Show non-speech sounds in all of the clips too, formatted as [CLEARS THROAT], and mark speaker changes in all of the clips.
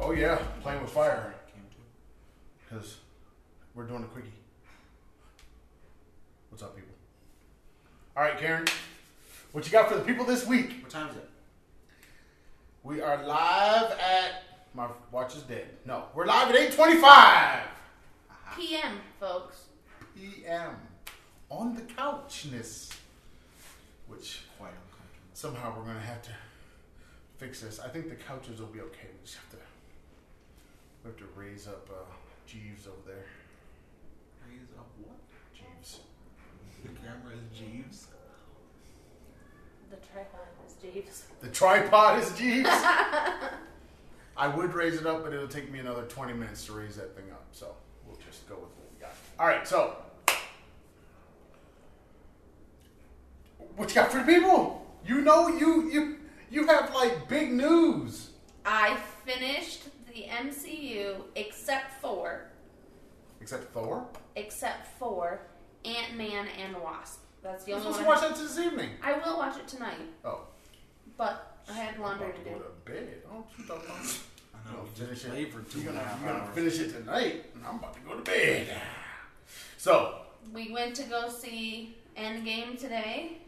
Speaker 1: Oh yeah, playing with fire. Because we're doing a quickie. What's up, people? All right, Karen. What you got for the people this week?
Speaker 2: What time is it?
Speaker 1: We are live at my watch is dead. No, we're live at eight twenty-five
Speaker 3: PM, folks.
Speaker 1: p.m. on the couchness, which
Speaker 2: Quite uncomfortable.
Speaker 1: somehow we're gonna have to fix this. I think the couches will be okay. We just have to we have to raise up uh, Jeeves over there.
Speaker 2: Raise up what?
Speaker 1: Jeeves.
Speaker 2: The camera is Jeeves.
Speaker 3: The tripod is Jeeves.
Speaker 1: The tripod is
Speaker 3: [LAUGHS]
Speaker 1: Jeeves. I would raise it up, but it'll take me another 20 minutes to raise that thing up. So we'll just go with what we got. All right, so. What you got for the people? You know, you you you have like big news.
Speaker 3: I finished the MCU except for
Speaker 1: Except Thor.
Speaker 3: except for Ant Man and the Wasp. That's the
Speaker 1: You're
Speaker 3: only
Speaker 1: supposed
Speaker 3: one.
Speaker 1: to
Speaker 3: I
Speaker 1: watch
Speaker 3: have-
Speaker 1: that this evening.
Speaker 3: I will watch it tonight,
Speaker 1: Oh.
Speaker 3: but I had laundry
Speaker 1: about
Speaker 3: to
Speaker 1: to go to
Speaker 3: do.
Speaker 1: bed. Oh, what you talking about?
Speaker 2: I
Speaker 1: I'm
Speaker 2: know.
Speaker 1: gonna
Speaker 2: we just
Speaker 1: finish it.
Speaker 2: played for two
Speaker 1: you're
Speaker 2: and a
Speaker 1: gonna,
Speaker 2: half
Speaker 1: you're gonna
Speaker 2: hours.
Speaker 1: finish it tonight, and I'm about to go to bed. So,
Speaker 3: We went to go see Endgame today.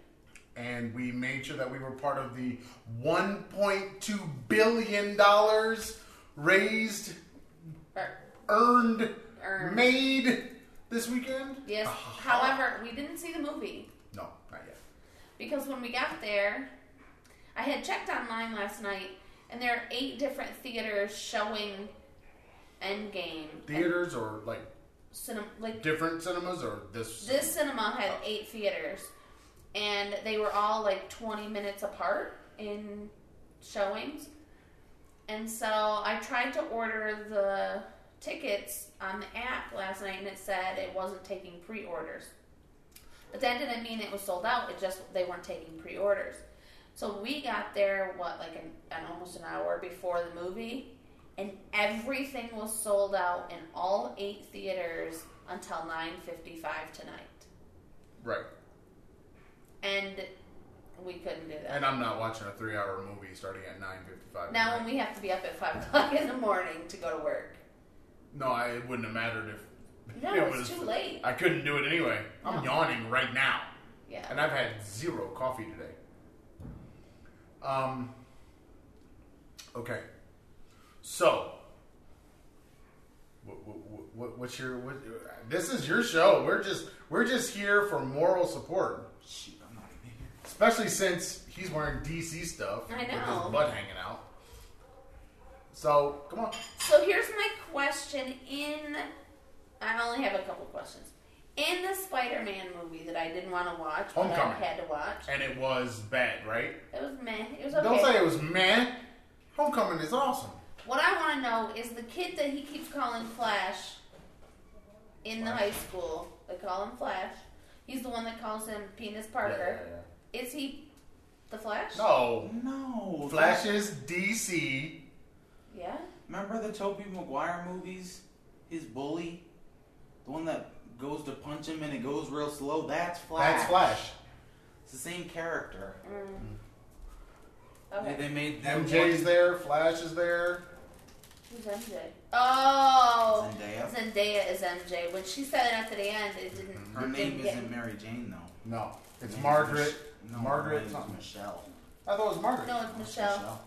Speaker 1: and we made sure that we were part of the 1.2 billion dollars raised,
Speaker 3: Or,
Speaker 1: earned,
Speaker 3: Earned.
Speaker 1: made this weekend.
Speaker 3: yes. However, we didn't see the movie.
Speaker 1: No, not yet.
Speaker 3: because when we got there, I had checked online last night, and there are eight different theaters showing Endgame.
Speaker 1: Theaters or like
Speaker 3: Cinema, like
Speaker 1: different cinemas or this.
Speaker 3: this cinema had eight theaters, and they were all like twenty minutes apart in showings. And so I tried to order the tickets on the app last night, and it said it wasn't taking pre-orders. But that didn't mean it was sold out. It just they weren't taking pre-orders. So we got there what like an, an almost an hour before the movie, and everything was sold out in all eight theaters until nine fifty-five tonight,
Speaker 1: right.
Speaker 3: and we couldn't do that.
Speaker 1: And I'm not watching a three-hour movie starting at 9:55.
Speaker 3: Now
Speaker 1: tonight.
Speaker 3: when we have to be up at five [LAUGHS] o'clock in the morning to go to work,
Speaker 1: No, I, it wouldn't have mattered if.
Speaker 3: No,
Speaker 1: it
Speaker 3: it's too late.
Speaker 1: I couldn't do it anyway. I'm
Speaker 3: No.
Speaker 1: yawning right now,
Speaker 3: yeah,
Speaker 1: and I've had zero coffee today. Um. Okay. So. What, what, what, what's your? What, this is your show. We're just we're just here for moral support,
Speaker 2: Shoot, I'm not even here.
Speaker 1: especially since he's wearing DC stuff
Speaker 3: I
Speaker 1: with
Speaker 3: know.
Speaker 1: his butt hanging out. So come on.
Speaker 3: So here's my question in I only have a couple questions. In the Spider-Man movie that I didn't want to watch, but I
Speaker 1: Homecoming.
Speaker 3: had to watch.
Speaker 1: And it was bad, right?
Speaker 3: It was meh. It was okay.
Speaker 1: Don't say it was man. Homecoming is awesome.
Speaker 3: What I want to know is the kid that he keeps calling Flash in the
Speaker 1: Flash.
Speaker 3: high school. They call him Flash. He's the one that calls him Penis Parker. Is he the Flash?
Speaker 1: Oh, No.
Speaker 2: No.
Speaker 1: Flash is DC.
Speaker 3: Yeah.
Speaker 2: Remember the Tobey Maguire movies? His bully? The one that goes to punch him and it goes real slow? That's Flash.
Speaker 1: That's Flash.
Speaker 2: It's the same character.
Speaker 3: Mm.
Speaker 2: They-
Speaker 3: Okay.
Speaker 2: They made them
Speaker 1: MJ's there. Flash is there.
Speaker 3: Who's MJ? Oh.
Speaker 2: Zendaya.
Speaker 3: Zendaya is MJ. When she said it at the end, it didn't.
Speaker 1: Mm-hmm.
Speaker 2: Her
Speaker 3: it
Speaker 2: name
Speaker 3: didn't get
Speaker 2: isn't
Speaker 3: me.
Speaker 2: Mary Jane though.
Speaker 1: No, it's
Speaker 2: Her name
Speaker 1: Margaret.
Speaker 2: is Mich- no, her
Speaker 1: Margaret
Speaker 2: name is
Speaker 1: something.
Speaker 2: Michelle.
Speaker 1: I thought it was Margaret.
Speaker 3: No, it's Michelle.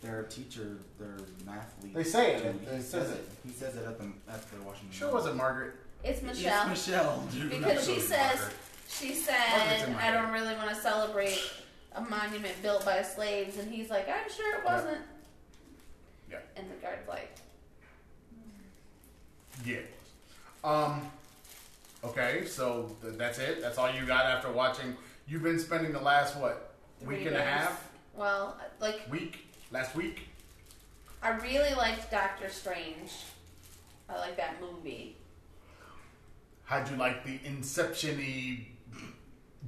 Speaker 2: They're a teacher. They're an athlete.
Speaker 1: They say it,
Speaker 2: dude.
Speaker 1: they
Speaker 2: He
Speaker 1: says it.
Speaker 2: He says it at the at the Washington.
Speaker 1: Sure wasn't Margaret.
Speaker 3: It's
Speaker 2: It's
Speaker 3: Michelle.
Speaker 2: Michelle, dude.
Speaker 3: Because
Speaker 1: So
Speaker 3: she
Speaker 1: it's
Speaker 3: says-
Speaker 1: Margaret.
Speaker 3: She
Speaker 1: Margaret's
Speaker 3: said,
Speaker 1: in my
Speaker 3: I
Speaker 1: head.
Speaker 3: don't really want to celebrate a monument built by slaves. And he's like, I'm sure it wasn't.
Speaker 1: Yeah.
Speaker 3: And the guard's like,
Speaker 1: Yeah. Um. Okay, so th- that's it. That's all you got after watching. You've been spending the last what
Speaker 3: Three
Speaker 1: week and a
Speaker 3: days.
Speaker 1: half?
Speaker 3: Well, like,
Speaker 1: Week? Last week?
Speaker 3: I really liked Doctor Strange. I like that movie.
Speaker 1: How'd you like the Inception-y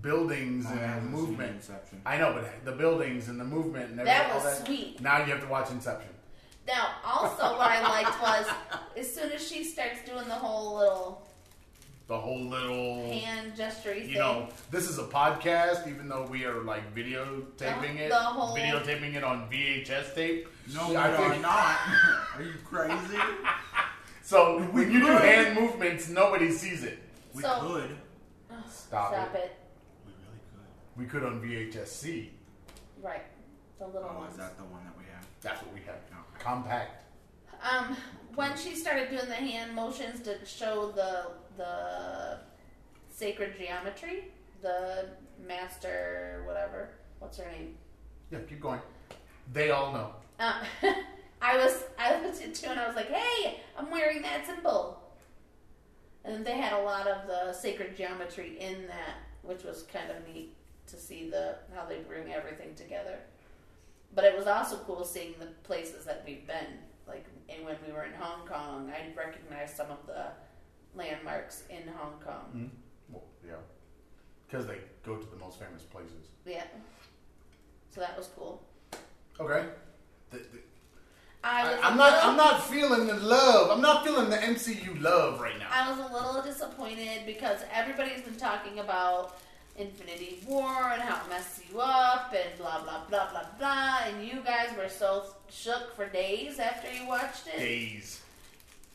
Speaker 1: buildings
Speaker 2: I haven't
Speaker 1: and
Speaker 2: seen
Speaker 1: movement?
Speaker 2: Inception.
Speaker 1: I know, but the buildings and the movement and everything.
Speaker 3: That
Speaker 1: all
Speaker 3: was sweet.
Speaker 1: Now you have to watch Inception.
Speaker 3: Now,
Speaker 1: [LAUGHS]
Speaker 3: also, what I liked was as soon as she starts doing the whole little
Speaker 1: the whole little
Speaker 3: hand gesture
Speaker 1: you know, this is a podcast, even though we are like videotaping
Speaker 3: The-
Speaker 1: it,
Speaker 3: the whole-
Speaker 1: videotaping it on VHS tape.
Speaker 2: No,
Speaker 1: I
Speaker 2: we are
Speaker 1: think-
Speaker 2: [LAUGHS] not. Are you
Speaker 3: [LAUGHS]
Speaker 2: crazy?
Speaker 1: So
Speaker 2: We
Speaker 1: when you do
Speaker 2: could.
Speaker 1: hand movements, nobody sees it.
Speaker 2: We
Speaker 3: So-
Speaker 2: could.
Speaker 1: Stop it.
Speaker 3: it.
Speaker 2: We really
Speaker 1: We could
Speaker 2: could.
Speaker 1: on VHS C.
Speaker 3: Right. The little
Speaker 2: Oh,
Speaker 3: ones.
Speaker 2: is that the one that we have?
Speaker 1: That's what we have.
Speaker 2: Okay.
Speaker 1: Compact.
Speaker 3: Um, when she started doing the hand motions to show the the sacred geometry, the master whatever, what's her name?
Speaker 1: Yeah, keep going. They all know.
Speaker 3: Um, [LAUGHS] I was I looked at two and I was like, "Hey, I'm wearing that symbol." And they had a lot of the sacred geometry in that, which was kind of neat to see the how they bring everything together. But it was also cool seeing the places that we've been. Like and when we were in Hong Kong, I recognized some of the landmarks in Hong Kong.
Speaker 1: Mm. Well, yeah, because they go to the most famous places.
Speaker 3: Yeah. So that was cool.
Speaker 1: Okay. Th- th-
Speaker 3: I
Speaker 1: I,
Speaker 3: was
Speaker 1: I'm
Speaker 3: a
Speaker 1: not.
Speaker 3: little-
Speaker 1: I'm not feeling the love. I'm not feeling the MCU love right now.
Speaker 3: I was a little disappointed because everybody's been talking about Infinity War and how it messed you up and blah blah blah blah blah, and you guys were so shook for days after you watched it,
Speaker 1: Days.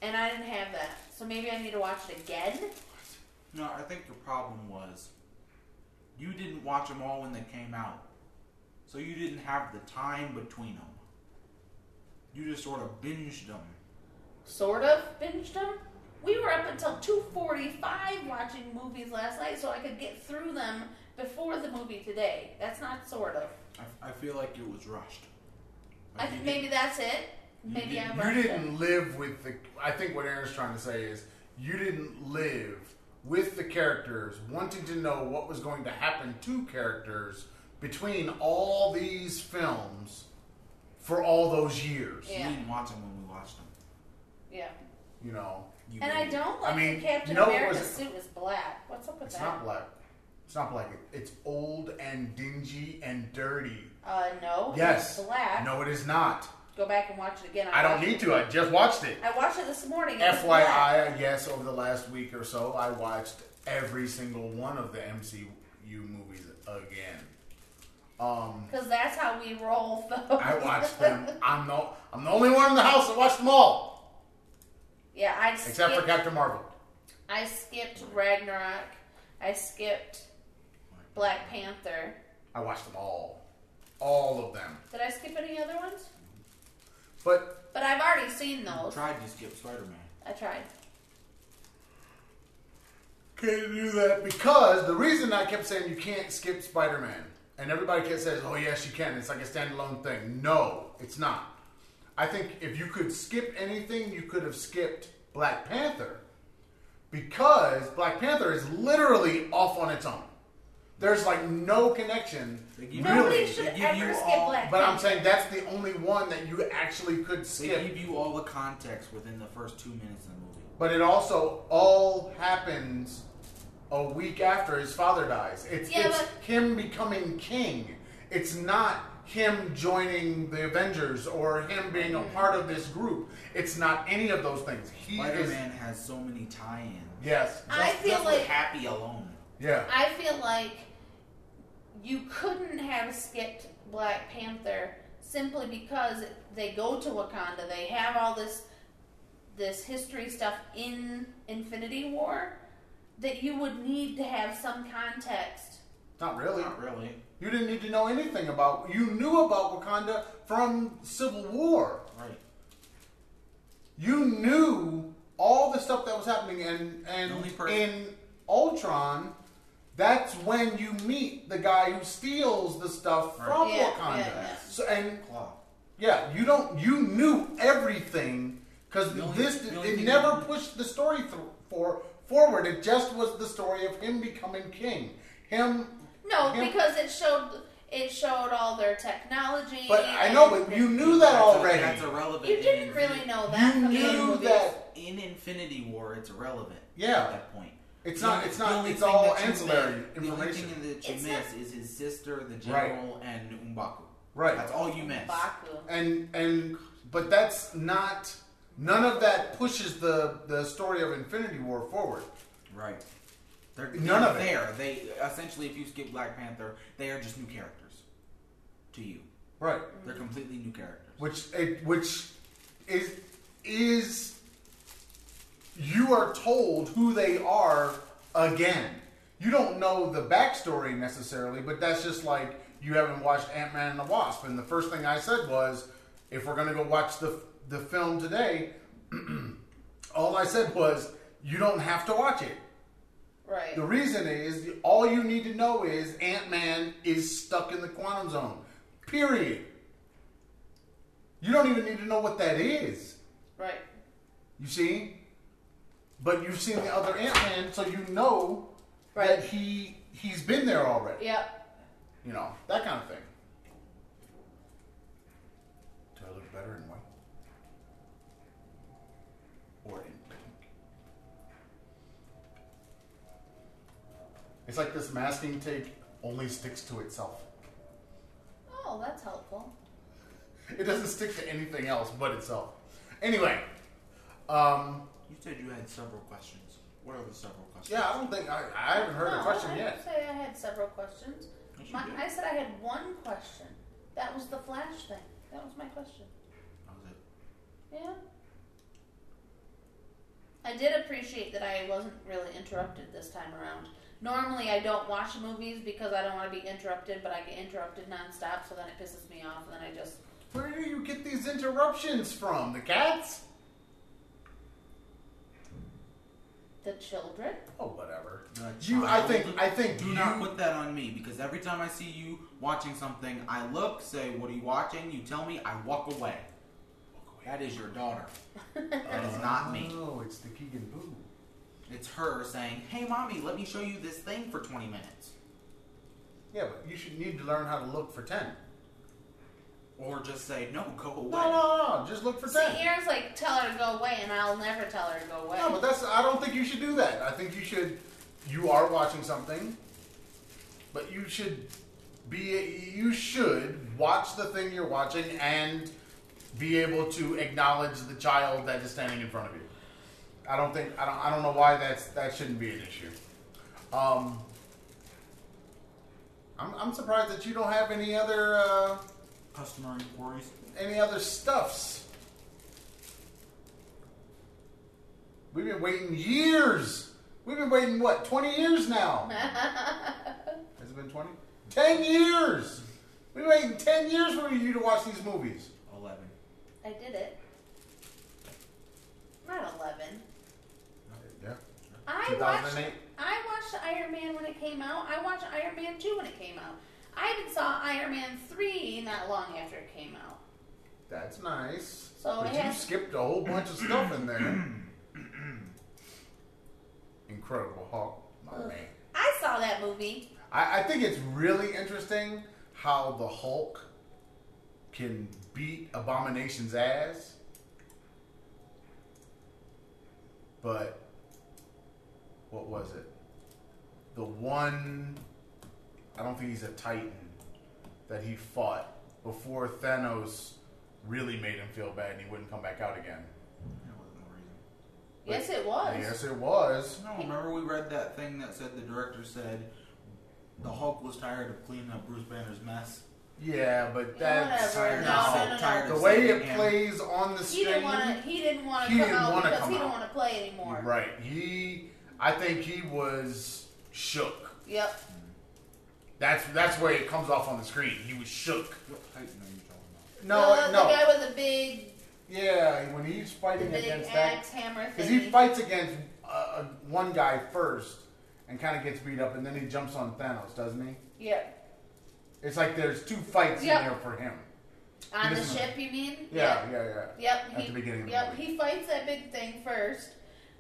Speaker 3: and I didn't have that. So maybe I need to watch it again.
Speaker 2: No, I think your problem was you didn't watch them all when they came out, so you didn't have the time between them. You just sort of binged them.
Speaker 3: Sort of binged them. We were up until two forty-five watching movies last night, so I could get through them before the movie today. That's not sort of.
Speaker 2: I, I feel like it was rushed.
Speaker 3: I
Speaker 2: Like,
Speaker 3: think
Speaker 2: you
Speaker 3: maybe
Speaker 2: didn't-
Speaker 3: that's it. Maybe
Speaker 2: didn't-
Speaker 3: I
Speaker 1: You
Speaker 3: rushed it.
Speaker 1: didn't live with the. I think what Aaron's trying to say is you didn't live with the characters, wanting to know what was going to happen to characters between all these films for all those years.
Speaker 3: Yeah.
Speaker 2: you didn't watch them when we watched them.
Speaker 3: Yeah.
Speaker 1: You know,
Speaker 2: You
Speaker 3: And I
Speaker 2: didn't.
Speaker 3: don't
Speaker 1: I
Speaker 3: like
Speaker 1: mean,
Speaker 3: the Captain
Speaker 1: you know what
Speaker 3: America
Speaker 1: was-
Speaker 3: suit was black. What's up with
Speaker 1: it's
Speaker 3: that?
Speaker 1: not black. It's not black. It's old and dingy and dirty.
Speaker 3: Uh, no.
Speaker 1: Yes.
Speaker 3: It's black.
Speaker 1: No, it is not.
Speaker 3: Go back and watch it again.
Speaker 1: I don't
Speaker 3: watched
Speaker 1: need
Speaker 3: it-
Speaker 1: to. I just watched it.
Speaker 3: I watched it this morning. It was black.
Speaker 1: FYI, yes, over the last week or so, I watched every single one of the MCU movies again. Um,
Speaker 3: Because that's how we roll, [LAUGHS] folks.
Speaker 1: I watched them. I'm the I'm the only one in the house that watched them all,
Speaker 3: yeah, I skipped,
Speaker 1: except for Captain Marvel.
Speaker 3: I skipped Ragnarok. I skipped Black Panther.
Speaker 1: I watched them all, all of them.
Speaker 3: Did I skip any other ones?
Speaker 1: But
Speaker 3: But I've already seen
Speaker 2: You
Speaker 3: those.
Speaker 2: tried to skip Spider Man.
Speaker 3: I tried.
Speaker 1: can't do that because the reason I kept saying you can't skip Spider Man, and everybody kept saying, "Oh yes, you can." It's like a standalone thing. No, it's not. I think if you could skip anything, you could have skipped Black Panther because Black Panther is literally off on its own. There's like no connection.
Speaker 2: They give
Speaker 3: Nobody
Speaker 2: Really?
Speaker 3: should
Speaker 2: They give
Speaker 3: ever
Speaker 2: you
Speaker 3: skip
Speaker 2: all-
Speaker 3: Black
Speaker 1: But I'm
Speaker 3: Panther.
Speaker 1: saying that's the only one that you actually could
Speaker 2: They
Speaker 1: skip.
Speaker 2: give you all the context within the first two minutes of the movie.
Speaker 1: But it also all happens a week after his father dies. It's,
Speaker 3: Yeah,
Speaker 1: it's
Speaker 3: but-
Speaker 1: him becoming king. It's not him joining the Avengers or him being a part of this group. It's not any of those things. He
Speaker 2: Spider
Speaker 1: is
Speaker 2: Man has so many tie ins.
Speaker 1: yes,
Speaker 3: I feel like-
Speaker 2: Happy alone.
Speaker 1: yeah.
Speaker 3: I feel like you couldn't have skipped Black Panther simply because they go to Wakanda. They have all this this history stuff in Infinity War that you would need to have some context.
Speaker 1: Not really.
Speaker 2: Not really.
Speaker 1: You didn't need to know anything about. You knew about Wakanda from Civil War.
Speaker 2: Right.
Speaker 1: You knew all the stuff that was happening, and
Speaker 2: The
Speaker 1: and
Speaker 2: only person-
Speaker 1: in Ultron, that's when you meet the guy who steals the stuff
Speaker 2: Right.
Speaker 1: from
Speaker 3: Yeah,
Speaker 1: Wakanda.
Speaker 3: yeah, yeah.
Speaker 1: So and
Speaker 2: Claw.
Speaker 1: yeah, you don't you knew everything because
Speaker 2: The only-
Speaker 1: this
Speaker 2: the only
Speaker 1: it
Speaker 2: thing
Speaker 1: never
Speaker 2: you-
Speaker 1: pushed the story through for forward. It just was the story of him becoming king. Him.
Speaker 3: No,
Speaker 1: him-
Speaker 3: because it showed it showed all their technology.
Speaker 1: But I know, but you knew that
Speaker 2: That's a-
Speaker 1: already.
Speaker 2: That's irrelevant.
Speaker 3: you
Speaker 2: in
Speaker 3: didn't
Speaker 2: Infinity-
Speaker 3: really know that.
Speaker 1: You
Speaker 3: from the
Speaker 1: knew
Speaker 3: movies.
Speaker 1: that-
Speaker 2: In Infinity War, it's irrelevant.
Speaker 1: Yeah.
Speaker 2: At that point.
Speaker 1: It's
Speaker 2: The
Speaker 1: not-
Speaker 2: only-
Speaker 1: it's
Speaker 2: the
Speaker 1: not-
Speaker 2: only
Speaker 1: it's
Speaker 2: thing
Speaker 1: all
Speaker 2: that you
Speaker 1: ancillary
Speaker 2: missed-
Speaker 1: information.
Speaker 2: The only thing that you
Speaker 3: It's
Speaker 2: missed
Speaker 3: not-
Speaker 2: is his sister, the general, and Umbaku.
Speaker 1: Right.
Speaker 2: That's all you missed.
Speaker 3: Baku.
Speaker 1: and and but that's not none of that pushes the the story of Infinity War forward.
Speaker 2: Right. They're
Speaker 1: None
Speaker 2: they're
Speaker 1: of it.
Speaker 2: there. They essentially, if you skip Black Panther, they are just new characters to you.
Speaker 1: Right.
Speaker 2: They're
Speaker 3: Mm-hmm.
Speaker 2: completely new characters.
Speaker 1: Which it, which is is you are told who they are again. You don't know the backstory necessarily, but that's just like you haven't watched Ant Man and the Wasp. And the first thing I said was, if we're gonna go watch the the film today, [CLEARS THROAT] all I said was you don't have to watch it.
Speaker 3: Right.
Speaker 1: The reason is all you need to know is Ant Man is stuck in the quantum zone. Period. You don't even need to know what that is.
Speaker 3: Right.
Speaker 1: You see? But you've seen the other Ant Man, so you know
Speaker 3: Right.
Speaker 1: that he he's been there already.
Speaker 3: Yep.
Speaker 1: You know, that kind of thing. Do I look better in white? Or in pink? It's like this masking tape only sticks to itself.
Speaker 3: Oh, that's helpful.
Speaker 1: It doesn't stick to anything else but itself. Anyway, um,
Speaker 2: You said you had several questions. What are the several questions?
Speaker 1: yeah, I don't think I, I haven't heard
Speaker 3: no,
Speaker 1: a question
Speaker 3: I
Speaker 1: yet.
Speaker 3: didn't say I had several questions.
Speaker 2: Yes, you
Speaker 3: My,
Speaker 2: did.
Speaker 3: I said I had one question. That was the flash thing. That was my question.
Speaker 2: That was it.
Speaker 3: Yeah. I did appreciate that I wasn't really interrupted this time around. Normally, I don't watch movies because I don't want to be interrupted, but I get interrupted nonstop, so then it pisses me off, and then I just.
Speaker 1: Where do you get these interruptions from? The cats?
Speaker 3: The children?
Speaker 1: Oh, whatever.
Speaker 2: The
Speaker 1: You, I
Speaker 2: child-
Speaker 1: think, I think
Speaker 2: Do
Speaker 1: you,
Speaker 2: not put that on me because every time I see you watching something, I look, say, "What are you watching?" You tell me, I walk away. That is
Speaker 1: [LAUGHS]
Speaker 2: your daughter. That is not me.
Speaker 1: No, it's the Keegan Boo.
Speaker 2: It's her saying, "Hey, mommy, let me show you this thing for 20 minutes,"
Speaker 1: Yeah, but you should need to learn how to look for ten.
Speaker 2: or just say, "No, go away."
Speaker 1: No, no, no. Just look for
Speaker 3: See,
Speaker 1: ten.
Speaker 3: Ears like tell her to go away, and I'll never tell her to go away.
Speaker 1: No, but that's. I don't think you should do that. I think you should. You are watching something, but you should be. You should watch the thing you're watching and be able to acknowledge the child that is standing in front of you. I don't think. I don't. I don't know why that's. That shouldn't be an issue. Um. I'm, I'm surprised that you don't have any other. Uh,
Speaker 2: Customer inquiries.
Speaker 1: any other stuffs. We've been waiting years. We've been waiting, what, 20 years now? Has it been 20? 10 years! We've been waiting 10 years for you to watch these movies.
Speaker 2: 11.
Speaker 3: [LAUGHS] I did it. Not 11.
Speaker 1: Yeah.
Speaker 3: I watched
Speaker 1: 2008?
Speaker 3: I watched Iron Man when it came out. I watched Iron Man 2 when it came out. I even saw Iron Man 3 not long after it came out.
Speaker 1: That's nice.
Speaker 3: So
Speaker 1: but
Speaker 3: it
Speaker 1: you
Speaker 3: has-
Speaker 1: skipped a whole bunch of stuff in there. [CLEARS THROAT] Incredible Hulk, my Oh, man.
Speaker 3: I saw that movie.
Speaker 1: I, I think it's really interesting how the Hulk can beat Abomination's ass, but what was it? The one I don't think he's a Titan that he fought before Thanos really made him feel bad and he wouldn't come back out again.
Speaker 2: That wasn't the reason.
Speaker 3: Yes, it was.
Speaker 1: Yes, it was.
Speaker 2: No, remember we read that thing that said the director said the Hulk was tired of cleaning up Bruce Banner's mess.
Speaker 1: Yeah, but that's
Speaker 3: Whatever.
Speaker 2: tired
Speaker 3: No,
Speaker 2: of-
Speaker 3: no,
Speaker 2: tired
Speaker 3: no.
Speaker 1: the
Speaker 2: of
Speaker 1: way
Speaker 2: seeing
Speaker 1: it
Speaker 2: him.
Speaker 1: plays on the
Speaker 3: He
Speaker 1: screen.
Speaker 3: didn't want to. He didn't want
Speaker 1: He
Speaker 3: to come
Speaker 1: didn't
Speaker 3: out
Speaker 1: wanna
Speaker 3: because
Speaker 1: come
Speaker 3: he
Speaker 1: out.
Speaker 3: didn't want to play anymore.
Speaker 1: Right. He, I think he was shook.
Speaker 3: Yep.
Speaker 1: That's that's where it comes off on the screen. He was shook.
Speaker 2: What Titan are you
Speaker 3: the,
Speaker 2: talking
Speaker 3: The guy with the big,
Speaker 1: Yeah, when he's
Speaker 3: the
Speaker 1: fighting
Speaker 3: big
Speaker 1: against
Speaker 3: axe
Speaker 1: that,
Speaker 3: hammer
Speaker 1: because
Speaker 3: thing.
Speaker 1: he fights against uh, uh, one guy first and kind of gets beat up, and then he jumps on Thanos, doesn't he?
Speaker 3: Yep.
Speaker 1: It's like there's two fights
Speaker 3: Yep.
Speaker 1: in there for him.
Speaker 3: On the
Speaker 1: This one.
Speaker 3: ship, you mean?
Speaker 1: Yeah, yeah, yeah.
Speaker 3: Yep.
Speaker 1: At
Speaker 3: he,
Speaker 1: the beginning of the
Speaker 3: Yep.
Speaker 1: movie.
Speaker 3: He fights that big thing first,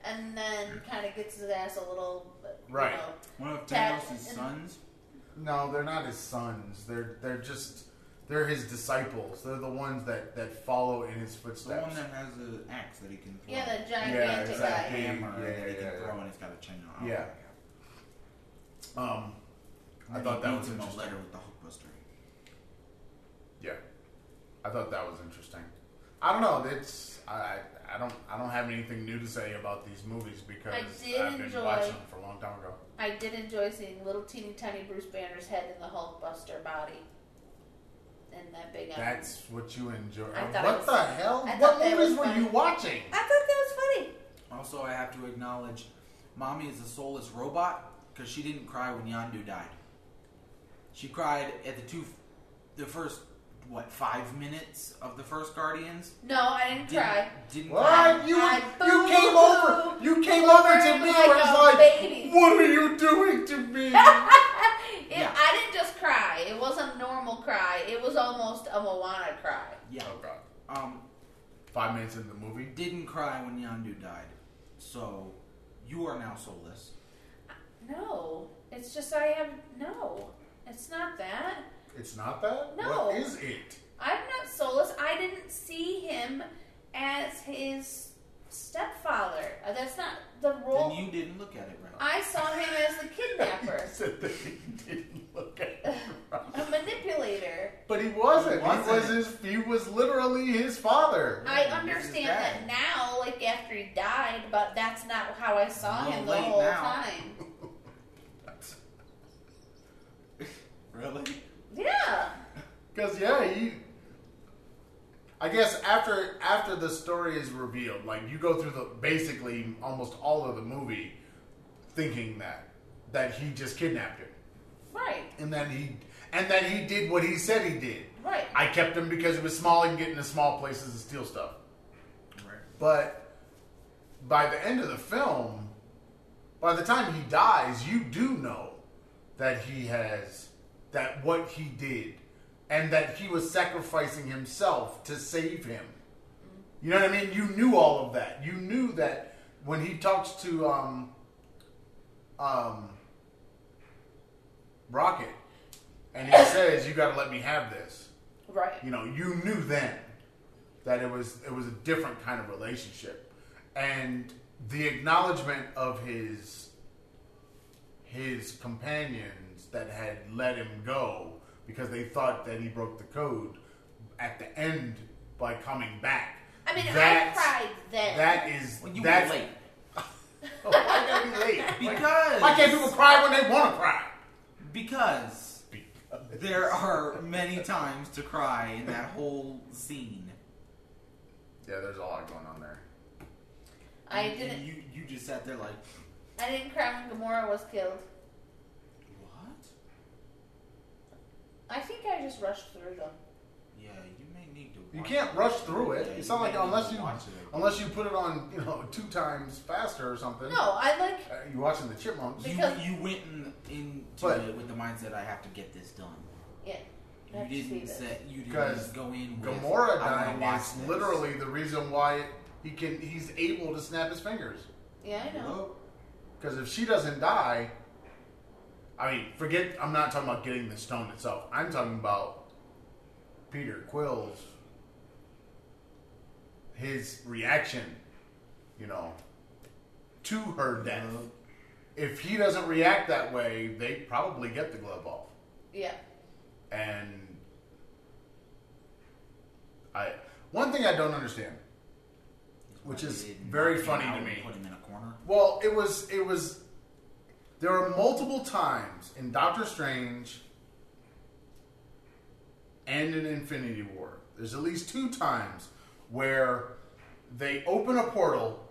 Speaker 3: and then kind of gets his ass a little. uh, you
Speaker 1: Right.
Speaker 3: know.
Speaker 2: about? One of
Speaker 3: That-
Speaker 2: Thanos' sons?
Speaker 1: No, they're not his sons. They're they're just they're his disciples. They're the ones that that follow in his
Speaker 2: The one
Speaker 1: footsteps.
Speaker 2: that has an axe that he can throw.
Speaker 3: Yeah, the gigantic
Speaker 1: Yeah,
Speaker 2: A
Speaker 1: exactly.
Speaker 3: guy.
Speaker 2: hammer
Speaker 1: Yeah,
Speaker 2: that he
Speaker 1: yeah,
Speaker 2: can
Speaker 1: yeah,
Speaker 2: throw
Speaker 1: yeah.
Speaker 2: and it's got a chain on it.
Speaker 1: Yeah. Um, I
Speaker 2: And
Speaker 1: thought
Speaker 2: he
Speaker 1: that
Speaker 2: beats
Speaker 1: was
Speaker 2: him up
Speaker 1: interesting.
Speaker 2: later with the Hulkbuster.
Speaker 1: Yeah, I thought that was interesting. I don't know. It's I I, I I don't I don't have anything new to say about these movies because
Speaker 3: I did
Speaker 1: I've been
Speaker 3: enjoy-
Speaker 1: watching them for a long time ago.
Speaker 3: I did enjoy seeing little teeny tiny Bruce Banner's head in the Hulk Buster body. And that big iron.
Speaker 1: That's what you enjoy.
Speaker 3: I
Speaker 1: What
Speaker 3: thought it was-
Speaker 1: the hell?
Speaker 3: I
Speaker 1: What
Speaker 3: thought that
Speaker 1: movies
Speaker 3: was
Speaker 1: were you
Speaker 3: funny.
Speaker 1: watching?
Speaker 3: I thought that was funny.
Speaker 2: Also, I have to acknowledge, mommy is a soulless robot because she didn't cry when Yandu died. She cried at the two, the first what five minutes of the first Guardians.
Speaker 3: No, I didn't
Speaker 2: Didn't,
Speaker 3: cry.
Speaker 2: Didn't cry.
Speaker 1: What you
Speaker 3: I
Speaker 1: you
Speaker 3: boo-
Speaker 1: came over you came
Speaker 3: over
Speaker 1: over to
Speaker 3: him
Speaker 1: me
Speaker 3: like
Speaker 1: and was
Speaker 3: a
Speaker 1: like,
Speaker 3: baby.
Speaker 1: what are you doing to
Speaker 3: [LAUGHS]
Speaker 1: me? Oh,
Speaker 3: It,
Speaker 2: Yeah.
Speaker 3: I didn't just cry. It wasn't a normal cry. It was almost a Moana cry.
Speaker 2: Yeah.
Speaker 1: oh god!
Speaker 2: Um.
Speaker 1: Five minutes into the movie,
Speaker 2: Didn't cry when Yandu died. So, you are now soulless.
Speaker 3: No, it's just I have no. It's not that.
Speaker 1: it's not that.
Speaker 3: No.
Speaker 1: What is it?
Speaker 3: I'm not soulless. I didn't see him as his stepfather. Uh, That's not the role.
Speaker 2: Then you didn't look at it right.
Speaker 3: I saw him as the kidnapper,
Speaker 1: [LAUGHS] He said that he didn't look at it
Speaker 3: [LAUGHS]
Speaker 1: right.
Speaker 3: a manipulator.
Speaker 1: But he wasn't.
Speaker 2: He wasn't.
Speaker 1: He was his. He was literally his father.
Speaker 3: I
Speaker 2: Yeah, this is
Speaker 3: understand
Speaker 2: bad.
Speaker 3: that now, like after he died, but that's not how I saw
Speaker 2: Well,
Speaker 3: him the
Speaker 2: late
Speaker 3: whole
Speaker 2: now. [LAUGHS]
Speaker 3: time.
Speaker 2: Really?
Speaker 3: Yeah.
Speaker 1: Because yeah, he. I guess after after the story is revealed, like you go through the basically almost all of the movie, thinking that that he just kidnapped him,
Speaker 3: Right.
Speaker 1: and then he and then he did what he said he did.
Speaker 3: Right.
Speaker 1: I kept him because he was small and get into small places and steal stuff.
Speaker 2: Right.
Speaker 1: But by the end of the film, by the time he dies, you do know that he has that what he did and that he was sacrificing himself to save him. You know what I mean? You knew all of that. You knew that when he talks to um um Rocket and he says, You gotta let me have this
Speaker 3: Right.
Speaker 1: you know you knew then that it was it was a different kind of relationship and the acknowledgement of his his companions that had let him go because they thought that he broke the code at the end by coming back
Speaker 3: I mean, I
Speaker 1: That's-
Speaker 3: cried then.
Speaker 1: that is
Speaker 2: Well, you
Speaker 1: that's
Speaker 2: were late.
Speaker 1: Oh, why gotta be late?
Speaker 2: Because-
Speaker 1: why can't people cry when they want to cry
Speaker 2: Because there are many times to cry in that whole scene.
Speaker 1: yeah there's a lot going on there
Speaker 3: I
Speaker 2: And-
Speaker 3: didn't.
Speaker 2: and You you just sat there like,
Speaker 3: I didn't cry when Gamora was killed.
Speaker 2: what?
Speaker 3: I think I just rushed through them.
Speaker 2: Yeah, you may need to. Watch
Speaker 1: You can't
Speaker 2: it.
Speaker 1: rush through
Speaker 2: Yeah,
Speaker 1: it. It's not
Speaker 2: may
Speaker 1: like
Speaker 2: need to
Speaker 1: unless you
Speaker 2: watch it.
Speaker 1: unless you put it on, you know, two times faster or something.
Speaker 3: No, I like.
Speaker 1: Uh, you watching the chipmunks.
Speaker 3: because-
Speaker 2: you, you went in, into
Speaker 1: But-
Speaker 2: it with the mindset I have to get this done.
Speaker 3: Yeah. I
Speaker 2: You
Speaker 3: have to see
Speaker 2: didn't
Speaker 3: this.
Speaker 2: set. You
Speaker 1: Because
Speaker 2: didn't go in. With,
Speaker 1: Gamora
Speaker 2: "I wanna
Speaker 1: dying
Speaker 2: watch
Speaker 1: is
Speaker 2: this."
Speaker 1: literally the reason why he can he's able to snap his fingers.
Speaker 3: Yeah, I know.
Speaker 2: Hello?
Speaker 1: Because if she doesn't die, I mean, forget. I'm not talking about getting the stone itself. I'm talking about Peter Quill's his reaction, you know, to her death.
Speaker 2: Uh-huh.
Speaker 1: If he doesn't react that way, they probably get the glove off.
Speaker 3: Yeah.
Speaker 1: And I one thing I don't understand. Which is
Speaker 2: Did
Speaker 1: very
Speaker 2: knock
Speaker 1: funny
Speaker 2: him
Speaker 1: to
Speaker 2: out and
Speaker 1: me.
Speaker 2: Put him in a corner.
Speaker 1: Well, it was it was there are multiple times in Doctor Strange and in Infinity War. There's at least two times where they open a portal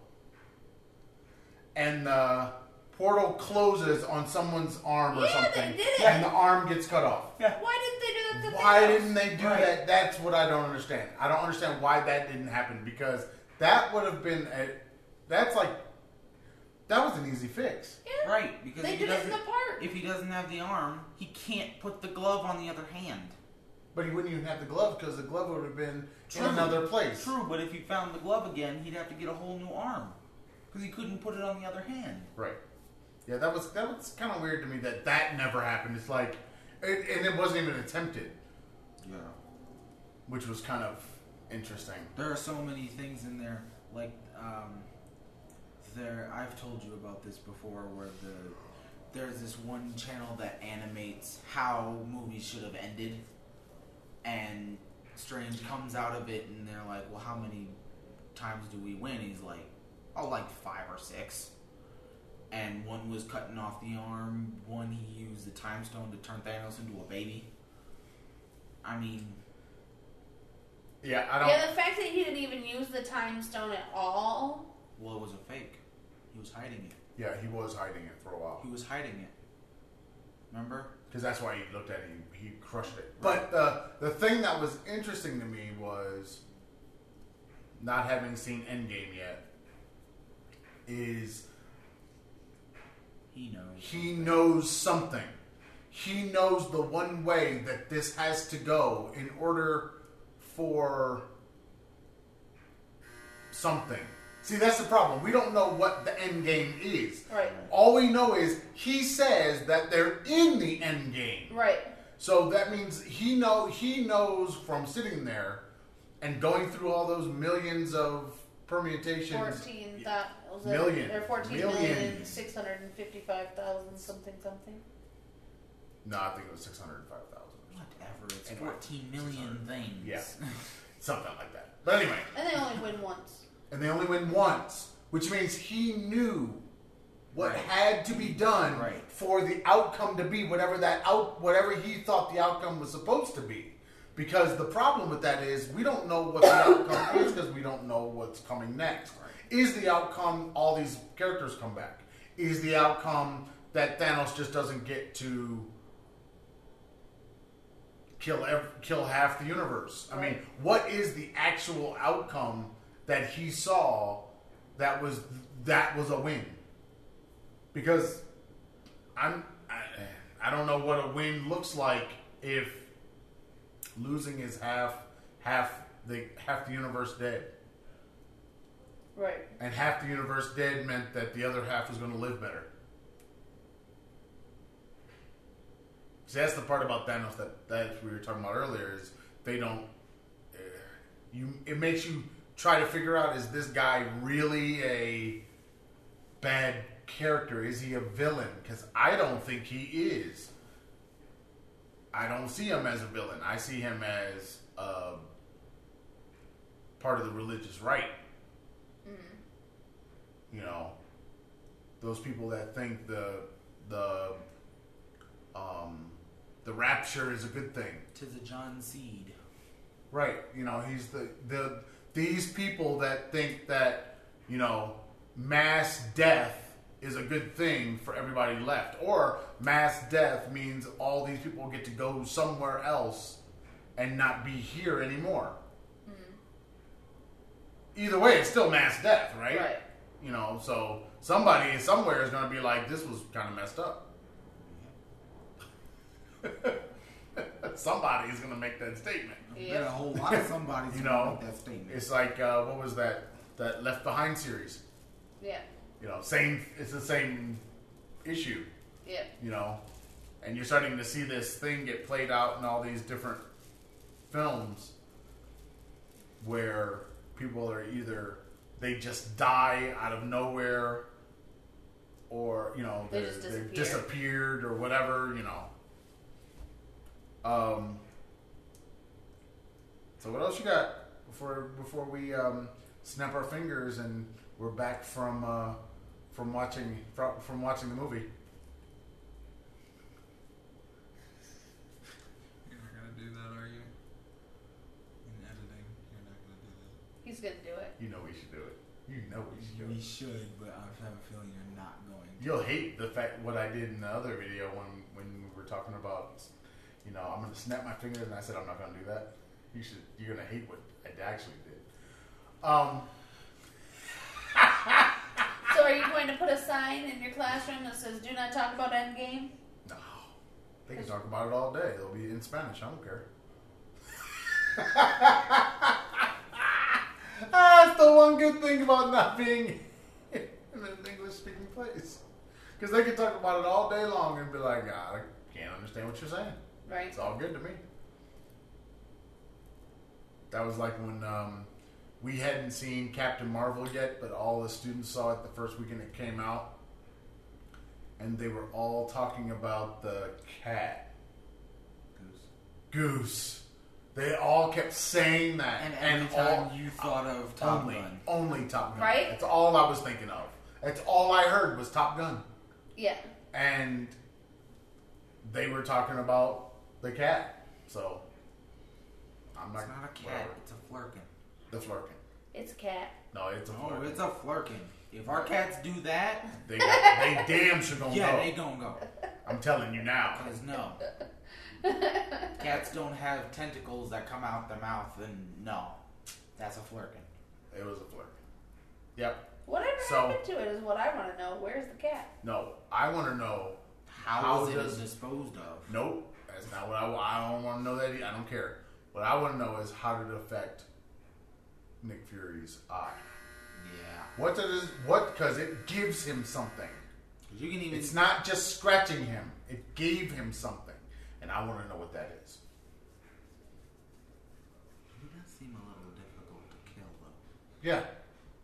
Speaker 1: and the portal closes on someone's arm or
Speaker 3: Yeah, they
Speaker 1: something
Speaker 3: did it.
Speaker 1: and the arm gets cut off.
Speaker 3: Why didn't they do that? to
Speaker 1: Why
Speaker 3: Thanos?
Speaker 1: didn't they do
Speaker 2: Right.
Speaker 1: that? That's what I don't understand. I don't understand why that didn't happen because that would have been a, that's like that was an easy fix.
Speaker 3: Yeah.
Speaker 2: Right, because
Speaker 3: They
Speaker 2: if he
Speaker 3: did it in
Speaker 2: doesn't,
Speaker 3: the park.
Speaker 2: if he doesn't have the arm, he can't put the glove on the other hand.
Speaker 1: But he wouldn't even have the glove because the glove would have been
Speaker 2: True.
Speaker 1: in another place.
Speaker 2: True, but if he found the glove again, he'd have to get a whole new arm because he couldn't put it on the other hand.
Speaker 1: Right. Yeah, that was that was kind of weird to me that that never happened. It's like, it, and it wasn't even attempted,
Speaker 2: Yeah,
Speaker 1: which was kind of interesting.
Speaker 2: there are so many things in there. Like, um, there I've told you about this before, where the there's this one channel that animates how movies should have ended, and Strange comes out of it, and they're like, "Well, how many times do we win? He's like, oh, like five or six. And one was cutting off the arm. One he used the time stone to turn Thanos into a baby. I mean,
Speaker 1: Yeah, I don't.
Speaker 3: Yeah, the fact that he didn't even use the time stone at all.
Speaker 2: well, it was a fake. He was hiding it.
Speaker 1: Yeah, he was hiding it for a while
Speaker 2: He was hiding it. Remember?
Speaker 1: because that's why he looked at it. He, he crushed it. But uh, the the thing that was interesting to me was not having seen Endgame yet. Is
Speaker 2: He knows.
Speaker 1: he knows something? He knows the one way that this has to go in order for something. See, that's the problem. We don't know what the end game is.
Speaker 3: Right.
Speaker 1: All we know is he says that they're in the end game.
Speaker 3: Right.
Speaker 1: So that means he know he knows from sitting there and going through all those millions of permutations.
Speaker 3: Fourteen thousand.
Speaker 1: Million.
Speaker 3: Or fourteen
Speaker 1: Millions.
Speaker 3: six hundred and fifty-five thousand something something.
Speaker 1: No, I think it was six hundred and five thousand.
Speaker 2: Whatever. It's
Speaker 1: Anyway,
Speaker 2: 14 million things.
Speaker 1: Yeah. Something like that. But anyway.
Speaker 3: And they only win once.
Speaker 1: and they only win once, which means he knew what
Speaker 2: Right.
Speaker 1: had to be done
Speaker 2: Right.
Speaker 1: for the outcome to be whatever that out whatever he thought the outcome was supposed to be. Because the problem with that is we don't know what the outcome is because we don't know what's coming next. Is the outcome all these characters come back? Is the outcome that Thanos just doesn't get to kill ev- kill half the universe. I mean, what is the actual outcome that he saw that was that was a win? Because I'm I, I don't know what a win looks like if losing is half half the half the universe dead.
Speaker 3: Right.
Speaker 1: And half the universe dead meant that the other half was going to live better. See, that's the part about Thanos that, that we were talking about earlier is they don't. eh, you it makes you try to figure out is this guy really a bad character? Is he a villain? Because I don't think he is. I don't see him as a villain. I see him as uh, part of the religious right you know those people that think the the um the rapture is a good thing
Speaker 2: [LAUGHS] To the John Seed.
Speaker 1: right you know he's the the these people that think that you know mass death is a good thing for everybody left or mass death means all these people get to go somewhere else and not be here anymore either way it's still mass death
Speaker 3: Right.
Speaker 1: you know, so somebody somewhere is going to be like, this was kind of messed up. [LAUGHS] somebody is going to make that statement.
Speaker 2: There are a
Speaker 3: Yeah.
Speaker 2: whole lot of somebody's
Speaker 1: You
Speaker 2: gonna
Speaker 1: know,
Speaker 2: make that statement.
Speaker 1: It's like, uh, what was that? That Left Behind series.
Speaker 3: Yeah.
Speaker 1: You know, same. It's the same issue.
Speaker 3: Yeah.
Speaker 1: You know, and you're starting to see this thing get played out in all these different films where people are either they just die out of nowhere or you know
Speaker 3: They
Speaker 1: they're-
Speaker 3: just
Speaker 1: they've
Speaker 3: disappear.
Speaker 1: disappeared or whatever you know um so what else you got before before we um snap our fingers and we're back from uh from watching from, from watching the movie
Speaker 4: You're not gonna do that, are you? In editing, you're not gonna do that.
Speaker 3: He's gonna do it.
Speaker 1: you know we should do it you know we should do
Speaker 2: We
Speaker 1: it
Speaker 2: should, but I have a feeling you're not going.
Speaker 1: You'll hate the fact what I did in the other video when when we were talking about, you know, I'm gonna snap my fingers and I said I'm not gonna do that. You should. You're gonna hate what I actually did. Um,
Speaker 3: So are you going to put a sign in your classroom that says "Do not talk about Endgame"?
Speaker 1: no, they can talk about it all day. It'll be in Spanish. I don't care. [LAUGHS] That's the one good thing about not being in an English-speaking place, because they can talk about it all day long and be like, "Ah, I can't understand what you're saying.
Speaker 3: Right.
Speaker 1: It's all good to me. That was like when um, we hadn't seen Captain Marvel yet, but all the students saw it the first weekend it came out. And they were all talking about the cat,
Speaker 2: Goose.
Speaker 1: Goose, They all kept saying that,
Speaker 2: And every
Speaker 1: and,
Speaker 2: time
Speaker 1: all
Speaker 2: you thought of Top
Speaker 1: only,
Speaker 2: Gun,
Speaker 1: only Top Gun.
Speaker 3: Right?
Speaker 1: That's all I was thinking of. That's all I heard was Top Gun,
Speaker 3: Yeah.
Speaker 1: and they were talking about the cat. So I'm not.
Speaker 2: it's not a cat,
Speaker 1: whatever.
Speaker 2: it's a flurkin.
Speaker 1: The flirting.
Speaker 3: It's a cat.
Speaker 1: No, it's a
Speaker 2: Oh,
Speaker 1: flirting.
Speaker 2: it's a flurkin. If our cats do that,
Speaker 1: They,
Speaker 2: [LAUGHS]
Speaker 1: they damn sure gonna
Speaker 2: yeah,
Speaker 1: go.
Speaker 2: they gonna go.
Speaker 1: I'm telling you now.
Speaker 2: Cause no, cats don't have tentacles that come out their mouth, and no, that's a flurkin.
Speaker 1: It was a flirt. Yep.
Speaker 3: Whatever
Speaker 1: So-
Speaker 3: happened to it is what I want to know. Where's the cat?
Speaker 1: No, I want to know.
Speaker 2: How
Speaker 1: How
Speaker 2: was it
Speaker 1: does-
Speaker 2: disposed of?
Speaker 1: Nope, that's not what I. wa- I don't want to know that. Either. I don't care. What I want to know is how did it affect Nick Fury's eye?
Speaker 2: Yeah,
Speaker 1: What does what? Because it gives him something.
Speaker 2: 'Cause you can even
Speaker 1: It's not just scratching him. It gave him something, and I want to know what that is.
Speaker 2: He does seem a little difficult to kill, though.
Speaker 1: Yeah,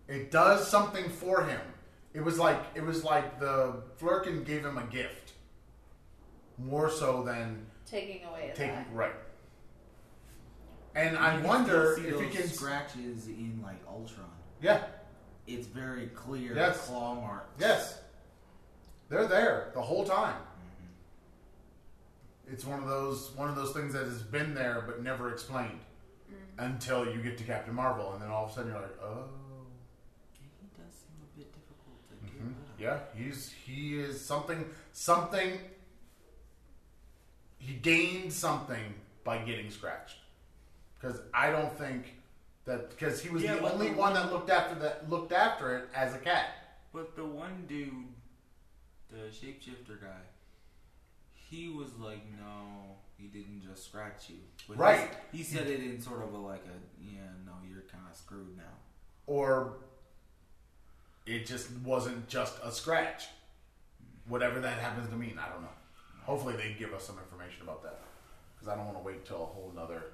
Speaker 1: it does something for him. It was like it was like the Flurkin gave him a gift, more so than
Speaker 3: Taking away his
Speaker 1: taking
Speaker 3: eye.
Speaker 1: right. And I
Speaker 2: You can
Speaker 1: wonder
Speaker 2: still see
Speaker 1: if he
Speaker 2: those
Speaker 1: can.
Speaker 2: scratches in like Ultron.
Speaker 1: yeah.
Speaker 2: It's very clear
Speaker 1: Yes.
Speaker 2: claw marks.
Speaker 1: Yes. They're there the whole time.
Speaker 2: Mm-hmm.
Speaker 1: It's one of those one of those things that has been there but never explained until you get to Captain Marvel and then all of a sudden you're like, "Oh,
Speaker 2: Yeah, He does seem a bit difficult to get
Speaker 1: hmm,
Speaker 2: rid of.
Speaker 1: yeah, he's he is something something he gained something by getting scratched." Cuz I don't think that cuz he was
Speaker 2: Yeah,
Speaker 1: the
Speaker 2: but
Speaker 1: only
Speaker 2: the
Speaker 1: one
Speaker 2: one-
Speaker 1: that looked after that looked after it as a cat.
Speaker 4: But the one dude, the shapeshifter guy, he was like, no, he didn't just scratch you. But he-
Speaker 1: Right.
Speaker 4: He said it in sort of a like a, yeah, no, you're kind of screwed now.
Speaker 1: or it just wasn't just a scratch. Whatever that happens to mean, I don't know. Hopefully, they give us some information about that because I don't want to wait till a whole nother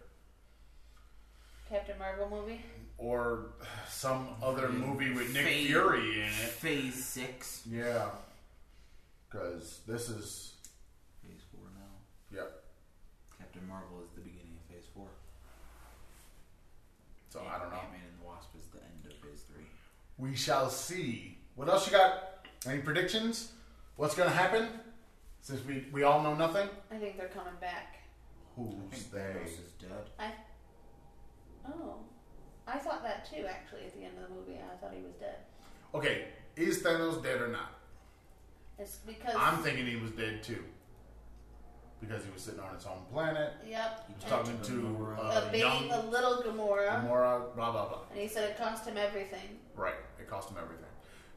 Speaker 3: Captain Marvel movie.
Speaker 1: or some other movie with Nick
Speaker 4: Fade.
Speaker 1: Fury in it.
Speaker 4: Phase six.
Speaker 1: Yeah, because this is
Speaker 4: Phase four now.
Speaker 1: yep.
Speaker 4: Captain Marvel is the beginning of phase four.
Speaker 1: So I don't know.
Speaker 4: Ant-Man and the Wasp is the end of phase three.
Speaker 1: We shall see. What else you got? Any predictions? What's gonna happen? Since we we all know nothing.
Speaker 3: I think they're coming back.
Speaker 4: I
Speaker 1: Who's
Speaker 4: think
Speaker 1: they?
Speaker 4: Thanos is dead.
Speaker 3: Oh. I thought that too, actually, at the end of the movie. I thought he was dead.
Speaker 1: Okay, is Thanos dead or not?
Speaker 3: It's because.
Speaker 1: I'm thinking he was dead too, because he was sitting on his home planet,
Speaker 3: Yep.
Speaker 1: He's talking to uh,
Speaker 3: a baby,
Speaker 1: young
Speaker 3: a little Gamora.
Speaker 1: Gamora, blah blah blah.
Speaker 3: And he said it cost him everything.
Speaker 1: Right, it cost him everything.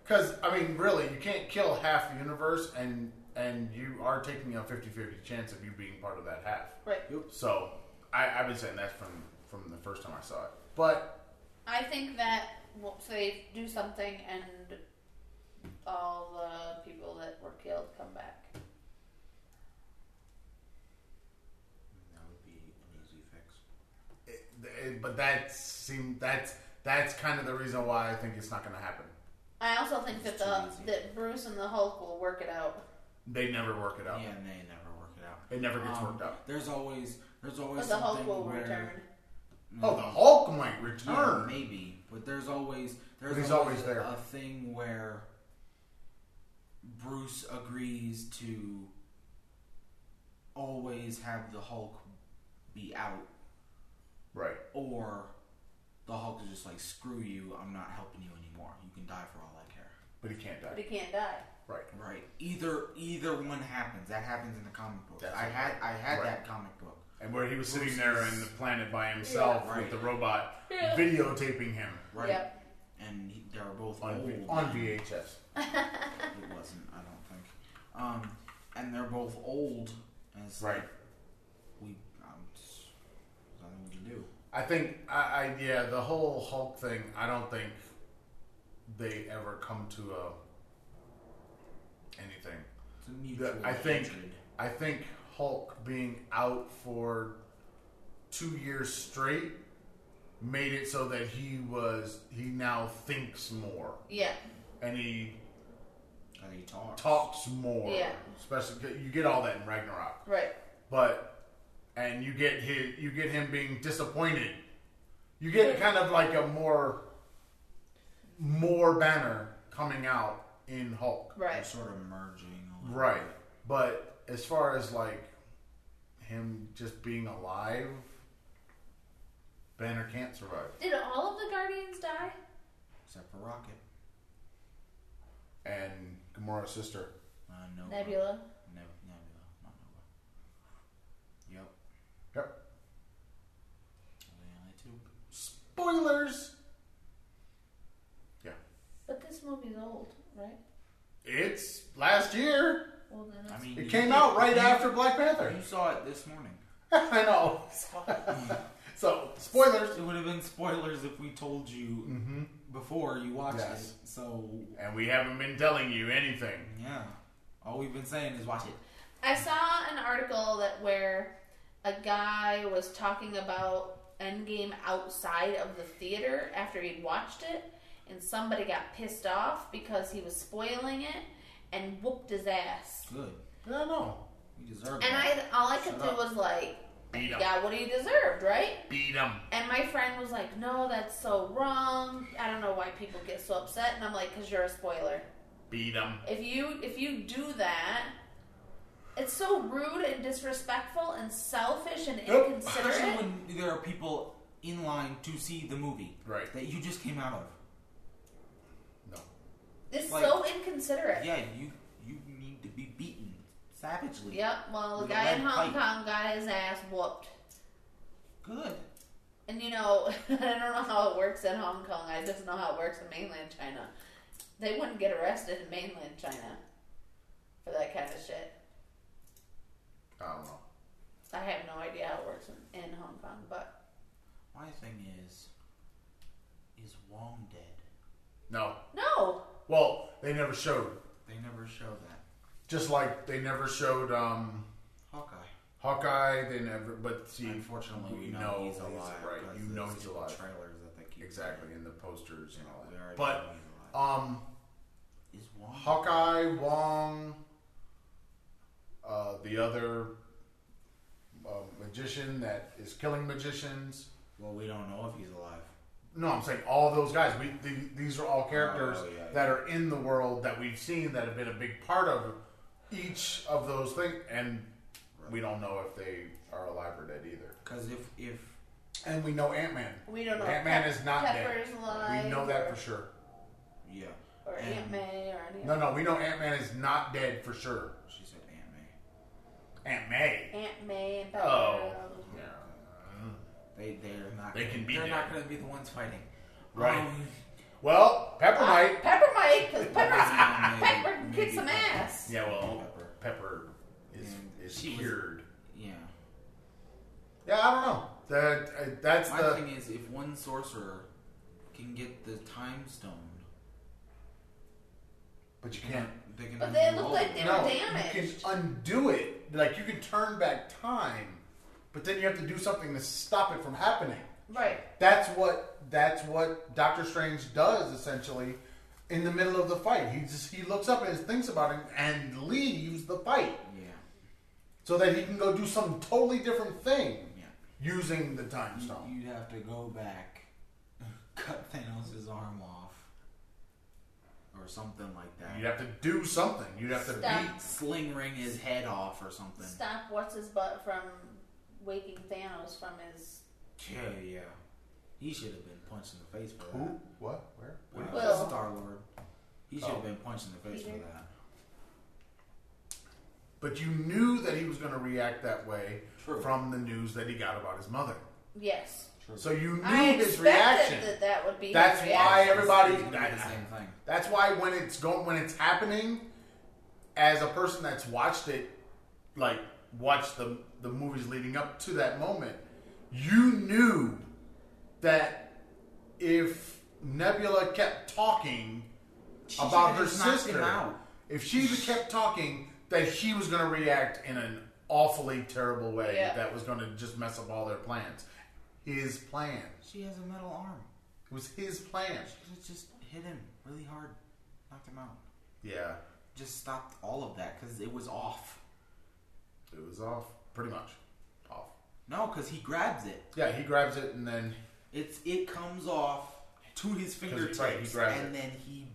Speaker 1: Because I mean, really, you can't kill half the universe, and and you are taking a 50-50 chance of you being part of that half.
Speaker 3: Right.
Speaker 1: So I, I've been saying that from from the first time I saw it. But
Speaker 3: I think that well, so they do something and all the people that were killed come back.
Speaker 4: That would be an easy fix.
Speaker 1: it, it- but that seemed that's that's kind of the reason why I think it's not going to happen.
Speaker 3: I also think that
Speaker 4: It's
Speaker 3: the
Speaker 4: too easy.
Speaker 3: that Bruce and the Hulk will work it out.
Speaker 1: They never work it out.
Speaker 4: Yeah, and they never work it out.
Speaker 1: It never gets
Speaker 4: Um,
Speaker 1: worked out.
Speaker 4: There's always there's
Speaker 3: But
Speaker 4: always
Speaker 3: the
Speaker 4: something
Speaker 3: Hulk will
Speaker 4: where Mm.
Speaker 3: return.
Speaker 1: Oh, the Hulk might return.
Speaker 2: Oh,
Speaker 4: Yeah, maybe, but there's always there's
Speaker 1: But he's always there.
Speaker 4: a thing where Bruce agrees to always have the Hulk be out,
Speaker 1: Right.
Speaker 4: or the Hulk is just like screw you, I'm not helping you anymore. You can die for all I care.
Speaker 1: But he can't
Speaker 3: But
Speaker 1: die.
Speaker 3: he can't die.
Speaker 1: Right.
Speaker 4: Right. Either either one happens. That happens in the comic book.
Speaker 1: That's
Speaker 4: I
Speaker 1: right.
Speaker 4: had I had
Speaker 1: Right.
Speaker 4: that comic book.
Speaker 1: And where he was sitting
Speaker 4: Bruce
Speaker 1: there
Speaker 4: is-
Speaker 1: in the planet by himself
Speaker 4: Yeah.
Speaker 1: with the robot
Speaker 3: Yeah.
Speaker 1: videotaping him
Speaker 4: Right.
Speaker 3: Yep.
Speaker 4: And he, they were both
Speaker 1: on,
Speaker 4: old.
Speaker 1: V- on VHS.
Speaker 4: It wasn't, I don't think. Um, and they're both old. And it's
Speaker 1: Right.
Speaker 4: Like, we, um, it's- there's nothing we can do.
Speaker 1: I think I, I yeah the whole Hulk thing. I don't think they ever come to a anything.
Speaker 4: It's a mutual
Speaker 1: I think-
Speaker 4: hatred.
Speaker 1: I think Hulk being out for two years straight made it so that he was he now thinks more
Speaker 3: Yeah.
Speaker 1: and he
Speaker 4: How he talks.
Speaker 1: talks more.
Speaker 3: Yeah.
Speaker 1: Especially you get all that in Ragnarok.
Speaker 3: Right.
Speaker 1: But and you get his, you get him being disappointed. You get kind of like a more more banner coming out in Hulk.
Speaker 2: They're
Speaker 3: Right.
Speaker 2: sort of merging. A little
Speaker 1: Right.
Speaker 2: bit.
Speaker 1: But as far as like him just being alive, Banner can't survive.
Speaker 3: Did all of the Guardians die?
Speaker 2: Except for Rocket.
Speaker 1: And Gamora's sister.
Speaker 2: Uh, Nova.
Speaker 3: Nebula.
Speaker 2: Neb- Nebula, not Nova. Yep.
Speaker 1: Yep.
Speaker 2: Only only two.
Speaker 1: Spoilers!
Speaker 3: But this movie's old, right?
Speaker 1: It's last year.
Speaker 3: Well, then
Speaker 2: I
Speaker 3: it's
Speaker 2: mean,
Speaker 1: It
Speaker 2: you
Speaker 1: came
Speaker 2: did-
Speaker 1: out right
Speaker 2: you-
Speaker 1: after Black Panther.
Speaker 2: You saw it this morning.
Speaker 1: [LAUGHS] I know. so, spoilers.
Speaker 2: It would have been spoilers if we told you
Speaker 1: Mm-hmm.
Speaker 2: before you watched
Speaker 1: Yes.
Speaker 2: it. So
Speaker 1: And we haven't been telling you anything.
Speaker 2: yeah, all we've been saying is watch it.
Speaker 3: I saw an article that where a guy was talking about Endgame outside of the theater after he'd watched it, and somebody got pissed off because he was spoiling it and whooped his ass.
Speaker 2: Good.
Speaker 1: I don't know.
Speaker 2: We deserve
Speaker 3: And
Speaker 2: that.
Speaker 3: I, all I could
Speaker 2: Shut
Speaker 3: do
Speaker 2: up.
Speaker 3: was like,
Speaker 1: Beat
Speaker 3: "You
Speaker 1: 'em.
Speaker 3: got what he deserved, right?"
Speaker 1: Beat him.
Speaker 3: And my friend was like, "No, that's so wrong. I don't know why people get so upset." And I'm like, "Cause you're a spoiler.
Speaker 1: Beat him.
Speaker 3: If you if you do that." It's so rude and disrespectful and selfish and
Speaker 1: Nope.
Speaker 3: inconsiderate.
Speaker 1: [LAUGHS]
Speaker 2: Especially when there are people in line to see the movie
Speaker 1: Right.
Speaker 2: that you just came out of.
Speaker 1: No.
Speaker 3: It's
Speaker 2: Like-
Speaker 3: so inconsiderate.
Speaker 2: Yeah, you you need to be beaten savagely.
Speaker 3: Yep. Well, the
Speaker 2: With a
Speaker 3: guy in
Speaker 2: lead
Speaker 3: Hong
Speaker 2: pipe.
Speaker 3: Kong got his ass whooped,
Speaker 2: Good.
Speaker 3: and you know, [LAUGHS] I don't know how it works in Hong Kong. I just know how it works in mainland China. They wouldn't get arrested in mainland China for that kind of shit.
Speaker 1: I don't know.
Speaker 3: I have no idea how it works in, in Hong Kong, but
Speaker 2: My thing is, is Wong dead?
Speaker 1: No.
Speaker 3: no,
Speaker 1: Well, they never showed.
Speaker 2: They never show that.
Speaker 1: Just like they never showed um,
Speaker 2: Hawkeye.
Speaker 1: Hawkeye. They never. But see,
Speaker 2: Unfortunately, we
Speaker 1: we
Speaker 2: know,
Speaker 1: know
Speaker 2: he's
Speaker 1: he's
Speaker 2: alive.
Speaker 1: right.
Speaker 2: 'cause
Speaker 1: You
Speaker 2: it's
Speaker 1: know
Speaker 2: the
Speaker 1: he's alive.
Speaker 2: Trailers that they keep
Speaker 1: exactly in the posters
Speaker 2: putting
Speaker 1: and
Speaker 2: out.
Speaker 1: all
Speaker 2: We
Speaker 1: that.
Speaker 2: already
Speaker 1: But
Speaker 2: know he's
Speaker 1: um,
Speaker 2: alive. is Wong
Speaker 1: Hawkeye, Wong, uh, the other uh, magician that is killing magicians.
Speaker 2: Well, we don't know if he's alive.
Speaker 1: No, I'm saying all those guys. We th- these are all characters
Speaker 2: Oh, yeah,
Speaker 1: that are in the world that we've seen that have been a big part of each of those things, and we don't know if they are alive or dead either.
Speaker 2: Because if if
Speaker 1: And we know Ant Man.
Speaker 3: we don't know.
Speaker 1: Ant Man
Speaker 3: Pep-
Speaker 1: is not dead.
Speaker 3: Pepper's alive.
Speaker 1: We know that for sure.
Speaker 2: yeah,
Speaker 3: Or
Speaker 2: And-
Speaker 3: Aunt May, or any.
Speaker 1: No, no, we know Ant Man is not dead for sure.
Speaker 2: she said Aunt May.
Speaker 1: Aunt May.
Speaker 3: Aunt May and Pepper.
Speaker 1: Oh.
Speaker 3: um,
Speaker 2: They they're not.
Speaker 1: They
Speaker 2: gonna,
Speaker 1: can be
Speaker 2: They're
Speaker 1: there.
Speaker 2: not going to be the ones fighting.
Speaker 1: Right.
Speaker 2: Um,
Speaker 1: Well, Pepper might.
Speaker 3: uh, Pepper might, 'cause
Speaker 1: [LAUGHS]
Speaker 3: Pepper's,
Speaker 2: Maybe-
Speaker 3: Pepper
Speaker 2: maybe
Speaker 3: kicks some
Speaker 2: Pepper.
Speaker 3: ass.
Speaker 1: Yeah, well,
Speaker 2: Pepper.
Speaker 1: Pepper is,
Speaker 2: And
Speaker 1: is
Speaker 2: she was-
Speaker 1: cured.
Speaker 2: yeah.
Speaker 1: Yeah, I don't know. That uh, that's
Speaker 2: My
Speaker 1: the
Speaker 2: thing is, if one sorcerer can get the time stone,
Speaker 1: but you
Speaker 2: they can-
Speaker 1: can't.
Speaker 2: They can
Speaker 3: But they
Speaker 2: undo
Speaker 3: look
Speaker 2: all
Speaker 3: like
Speaker 2: of
Speaker 3: they
Speaker 2: it.
Speaker 3: were
Speaker 1: No, you can
Speaker 3: damaged.
Speaker 1: undo it. Like you can turn back time, but then you have to do something to stop it from happening.
Speaker 3: Right.
Speaker 1: That's what that's what Doctor Strange does essentially in the middle of the fight. He just he looks up and thinks about it and leaves the fight
Speaker 2: Yeah,
Speaker 1: so that he can go do some totally different thing
Speaker 2: yeah.
Speaker 1: using the time stone.
Speaker 2: You, you'd have to go back, [LAUGHS] cut Thanos' arm off, or something like that.
Speaker 1: You'd have to do something. You'd have to
Speaker 3: Stop.
Speaker 1: beat.
Speaker 2: Sling ring his head off or something.
Speaker 3: stop what's his butt from waking Thanos from his
Speaker 2: Yeah, yeah. He should have been punched in the face for that.
Speaker 1: Who? What? Where? What?
Speaker 3: did Well-
Speaker 2: Star Lord. He should
Speaker 1: Oh.
Speaker 2: have been punched in the face for
Speaker 3: Peter.
Speaker 2: that.
Speaker 1: But you knew that he was going to react that way
Speaker 2: True.
Speaker 1: from the news that he got about his mother.
Speaker 3: yes.
Speaker 1: So you knew
Speaker 3: I
Speaker 1: his
Speaker 3: expected
Speaker 1: reaction.
Speaker 3: that that would be.
Speaker 1: That's
Speaker 3: his
Speaker 1: why
Speaker 3: reaction.
Speaker 1: everybody.
Speaker 2: He's gonna do the same thing.
Speaker 1: That's why when it's going, when it's happening, as a person that's watched it, like watched the the movies leading up to that moment, you knew that if Nebula kept talking
Speaker 2: She
Speaker 1: about her
Speaker 2: should've just knocked him
Speaker 1: sister,
Speaker 2: out.
Speaker 1: if she kept talking, that she was going to react in an awfully terrible way
Speaker 3: Yeah.
Speaker 1: that was going to just mess up all their plans. His plan.
Speaker 2: She has a metal arm.
Speaker 1: It was his plan.
Speaker 2: She could have just hit him really hard, knocked him out.
Speaker 1: Yeah,
Speaker 2: Just stopped all of that because it was off.
Speaker 1: it was off. Pretty much off.
Speaker 2: No, because he grabs it.
Speaker 1: Yeah, he grabs it and then
Speaker 2: It's it comes off to his
Speaker 1: it's
Speaker 2: fingertips,
Speaker 1: right, he grabs
Speaker 2: and
Speaker 1: it. Mm-hmm.
Speaker 2: then he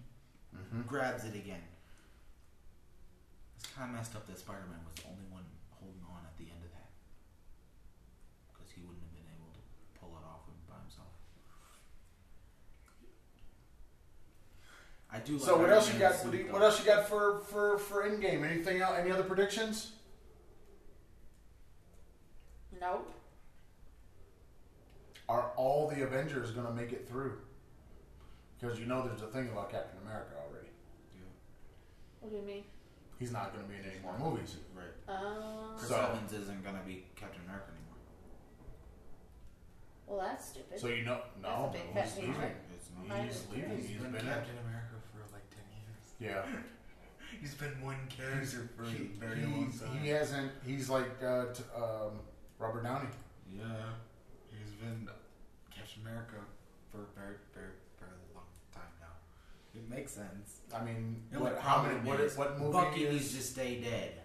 Speaker 2: grabs it again. It's kind of messed up that Spider-Man was the only one holding on at the end of that, because he wouldn't have been able to pull it off him by himself. I do. Like
Speaker 1: So what
Speaker 2: Iron
Speaker 1: else you
Speaker 2: Man
Speaker 1: got?
Speaker 2: suit,
Speaker 1: What, do you-
Speaker 2: though.
Speaker 1: what else you got for for for Endgame? Anything else? Any other predictions?
Speaker 3: Nope.
Speaker 1: Are all the Avengers going to make it through? Because you know there's a thing about Captain America already.
Speaker 2: Yeah,
Speaker 3: What do you mean?
Speaker 1: He's not going to be in any more movies.
Speaker 2: right.
Speaker 3: Um.
Speaker 2: Chris
Speaker 1: So-
Speaker 2: Evans isn't gonna be Captain America anymore.
Speaker 3: Well, that's stupid.
Speaker 1: So you know, no,
Speaker 3: That's a big
Speaker 1: no, he's
Speaker 3: fat
Speaker 1: leaving.
Speaker 3: secret.
Speaker 2: It's
Speaker 3: I
Speaker 1: He's
Speaker 3: just-
Speaker 1: leaving. He's been in.
Speaker 4: Captain America for like ten years.
Speaker 1: Yeah,
Speaker 4: He's been one character for
Speaker 1: he,
Speaker 4: a very long
Speaker 1: he's-
Speaker 4: time.
Speaker 1: he hasn't. He's like uh, t- um, Robert Downey.
Speaker 4: Yeah, he's been Captain America for a very, very, very long time now. It makes sense.
Speaker 1: I mean,
Speaker 2: The
Speaker 1: what?
Speaker 2: only
Speaker 1: How many?
Speaker 2: problem
Speaker 1: What,
Speaker 2: is
Speaker 1: what movie
Speaker 2: Bucky
Speaker 1: is?
Speaker 2: needs to stay dead.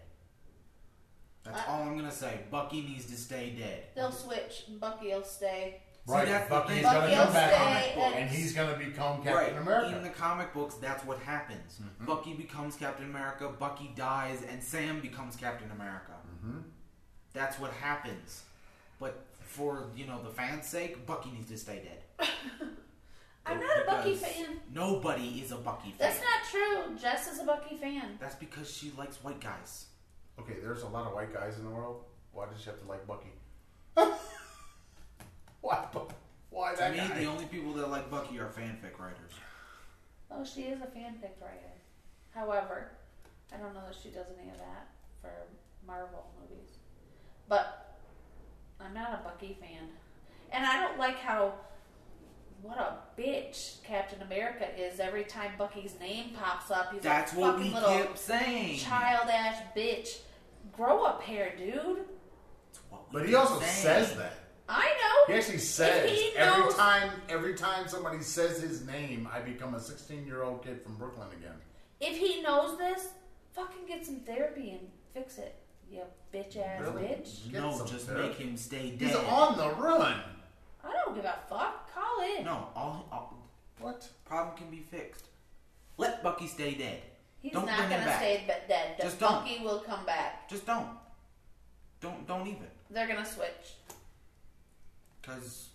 Speaker 2: That's
Speaker 3: I-
Speaker 2: all I'm gonna say. Bucky needs to stay dead.
Speaker 3: They'll switch. Bucky'll stay.
Speaker 1: right,
Speaker 2: that's the
Speaker 1: Bucky's
Speaker 2: thing.
Speaker 1: going to
Speaker 3: Bucky'll
Speaker 1: come back,
Speaker 3: stay
Speaker 1: and
Speaker 3: and-
Speaker 1: he's going to become Captain
Speaker 2: right.
Speaker 1: America.
Speaker 2: In the comic books, that's what happens.
Speaker 1: Mm-hmm.
Speaker 2: Bucky becomes Captain America. Bucky dies, and Sam becomes Captain America.
Speaker 1: Mhm.
Speaker 2: That's what happens. But for you know the fans' sake, Bucky needs to stay dead.
Speaker 3: I'm not a Bucky
Speaker 4: Because-
Speaker 3: fan.
Speaker 2: Nobody is a Bucky fan.
Speaker 3: That's not true. Jess is a Bucky fan.
Speaker 2: That's because she likes white guys.
Speaker 1: Okay, there's a lot of white guys in the world. Why did you have to like Bucky? [LAUGHS] why? Bu- Why
Speaker 2: To
Speaker 1: that
Speaker 2: me,
Speaker 1: guy?
Speaker 2: the only people that like Bucky are fanfic writers.
Speaker 3: Oh, she is a fanfic writer. However, I don't know that she does any of that for Marvel movies. But I'm not a Bucky fan. And I don't like how what a bitch Captain America is every time Bucky's name pops up. He's
Speaker 2: That's
Speaker 3: a
Speaker 2: what
Speaker 3: fucking
Speaker 2: we
Speaker 3: little
Speaker 2: kept saying.
Speaker 3: child ass bitch. Grow up hair, dude.
Speaker 2: That's what we
Speaker 1: but he
Speaker 2: kept
Speaker 1: also
Speaker 2: saying.
Speaker 1: says that.
Speaker 3: I
Speaker 1: He
Speaker 3: know.
Speaker 1: actually says
Speaker 3: he
Speaker 1: every
Speaker 3: knows-
Speaker 1: time every time somebody says his name, I become a 16 year old kid from Brooklyn again.
Speaker 3: If he knows this, fucking get some therapy and fix it. You bitch ass
Speaker 1: Really?
Speaker 3: bitch.
Speaker 1: Get
Speaker 2: No,
Speaker 1: some
Speaker 2: just
Speaker 1: therapy.
Speaker 2: make him stay dead.
Speaker 1: He's on the run.
Speaker 3: I don't give a fuck. Call in.
Speaker 2: No, all, all
Speaker 1: What?
Speaker 2: problem can be fixed. Let Bucky stay dead.
Speaker 3: He's
Speaker 2: Don't
Speaker 3: not
Speaker 2: bring him
Speaker 3: gonna
Speaker 2: back.
Speaker 3: stay be- dead. The
Speaker 2: Just don't.
Speaker 3: Bucky will come back.
Speaker 2: Just don't. Don't don't even.
Speaker 3: They're gonna switch
Speaker 2: Cause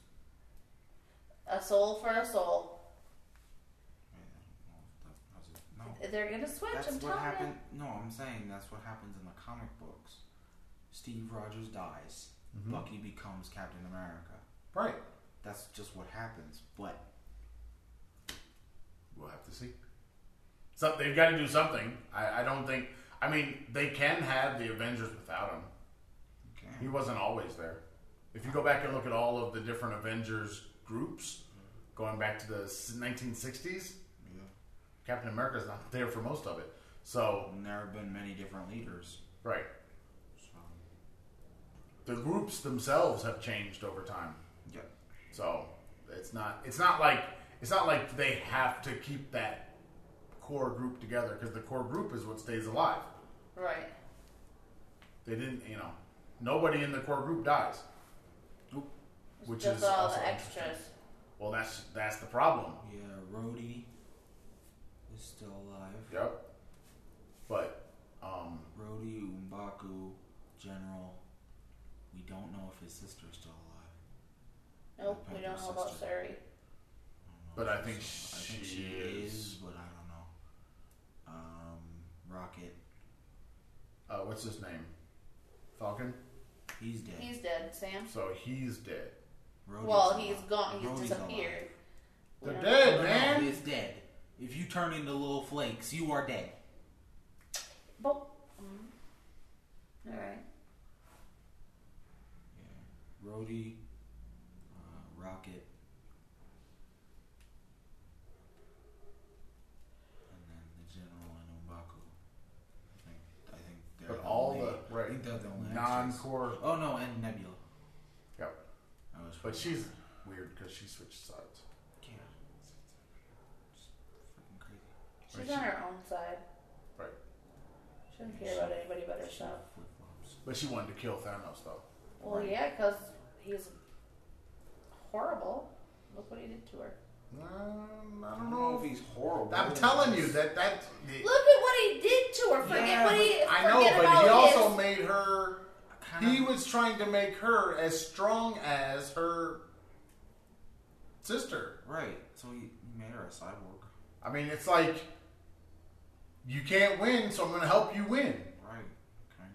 Speaker 3: a soul for a soul.
Speaker 2: no,
Speaker 3: They're gonna switch.
Speaker 2: that's
Speaker 3: I'm
Speaker 2: what
Speaker 3: telling
Speaker 2: happened. No, I'm saying that's what happens in the comic books. Steve Rogers dies.
Speaker 1: Mm-hmm.
Speaker 2: Bucky becomes Captain America.
Speaker 1: Right.
Speaker 2: That's just what happens. But
Speaker 1: We'll have to see. So they've got to do something. I, I don't think. I mean, they can have the Avengers without him. He
Speaker 2: okay,
Speaker 1: wasn't always there. If you go back and look at all of the different Avengers groups, going back to the s- 1960s,
Speaker 2: yeah.
Speaker 1: Captain America's not [LAUGHS] there for most of it. So,
Speaker 2: And there have been many different leaders.
Speaker 1: right.
Speaker 2: So
Speaker 1: The groups themselves have changed over time.
Speaker 2: yeah,
Speaker 1: So, it's not it's not like it's not like they have to keep that core group together because the core group is what stays alive.
Speaker 3: you. Right.
Speaker 1: They didn't, you know, nobody in the core group dies.
Speaker 3: It's
Speaker 1: Which
Speaker 3: just
Speaker 1: is
Speaker 3: all
Speaker 1: also
Speaker 3: the
Speaker 1: interesting.
Speaker 3: extras.
Speaker 1: Well, that's that's the problem.
Speaker 2: yeah. Rhodey is still alive.
Speaker 1: Yep. But um
Speaker 2: Rhodey Umbaku, General. We don't know if his sister is still alive.
Speaker 3: Nope. We don't
Speaker 2: Panther's
Speaker 3: know about
Speaker 2: sister.
Speaker 3: Suri.
Speaker 2: I don't
Speaker 1: But
Speaker 2: know
Speaker 1: I
Speaker 2: if
Speaker 1: think
Speaker 2: she's- I
Speaker 1: she
Speaker 2: think she
Speaker 1: is-
Speaker 2: is, but I don't know. Um, Rocket,
Speaker 1: uh, what's his name? Falcon.
Speaker 2: he's dead.
Speaker 3: He's dead. Sam.
Speaker 1: So he's dead.
Speaker 2: Rhodey's
Speaker 3: well,
Speaker 2: alive.
Speaker 3: he's gone. He's
Speaker 2: Rhodey's
Speaker 3: disappeared. We
Speaker 1: They're
Speaker 3: don't-
Speaker 2: alive.
Speaker 1: dead,
Speaker 2: No,
Speaker 1: man.
Speaker 2: he's dead. If you turn into little flakes, you are dead.
Speaker 3: But, mm. Mm-hmm. all right.
Speaker 2: Yeah. Rhodey, uh, Rocket, and then the General and Umbaku. I think. I think they're
Speaker 1: But
Speaker 2: the
Speaker 1: all
Speaker 2: only-
Speaker 1: the
Speaker 2: I
Speaker 1: right
Speaker 2: think they're the only extras.
Speaker 1: non-core.
Speaker 2: Oh no, and Nebula.
Speaker 1: Yep.
Speaker 2: I was
Speaker 1: But she's weird because she switched sides.
Speaker 2: yeah. It's freaking crazy.
Speaker 3: She's on her own side.
Speaker 1: Right.
Speaker 3: Shouldn't care about anybody but herself.
Speaker 2: Flip flops.
Speaker 1: But she wanted to kill Thanos though.
Speaker 3: Well,
Speaker 2: Right.
Speaker 3: yeah, because he's horrible. Look what he did to her.
Speaker 1: Um, I
Speaker 2: I
Speaker 1: don't know.
Speaker 2: if he's horrible.
Speaker 1: I'm telling you that that.
Speaker 3: Look at what he did to her. Forget
Speaker 2: Yeah,
Speaker 3: what he. Forget
Speaker 1: I know, but
Speaker 3: about
Speaker 1: he also
Speaker 3: his,
Speaker 1: made her.
Speaker 2: Kinda-
Speaker 1: He was trying to make her as strong as her sister.
Speaker 2: right. So he made her a cyborg.
Speaker 1: I mean, it's like you can't win, so I'm going to help you win.
Speaker 2: Right. Kind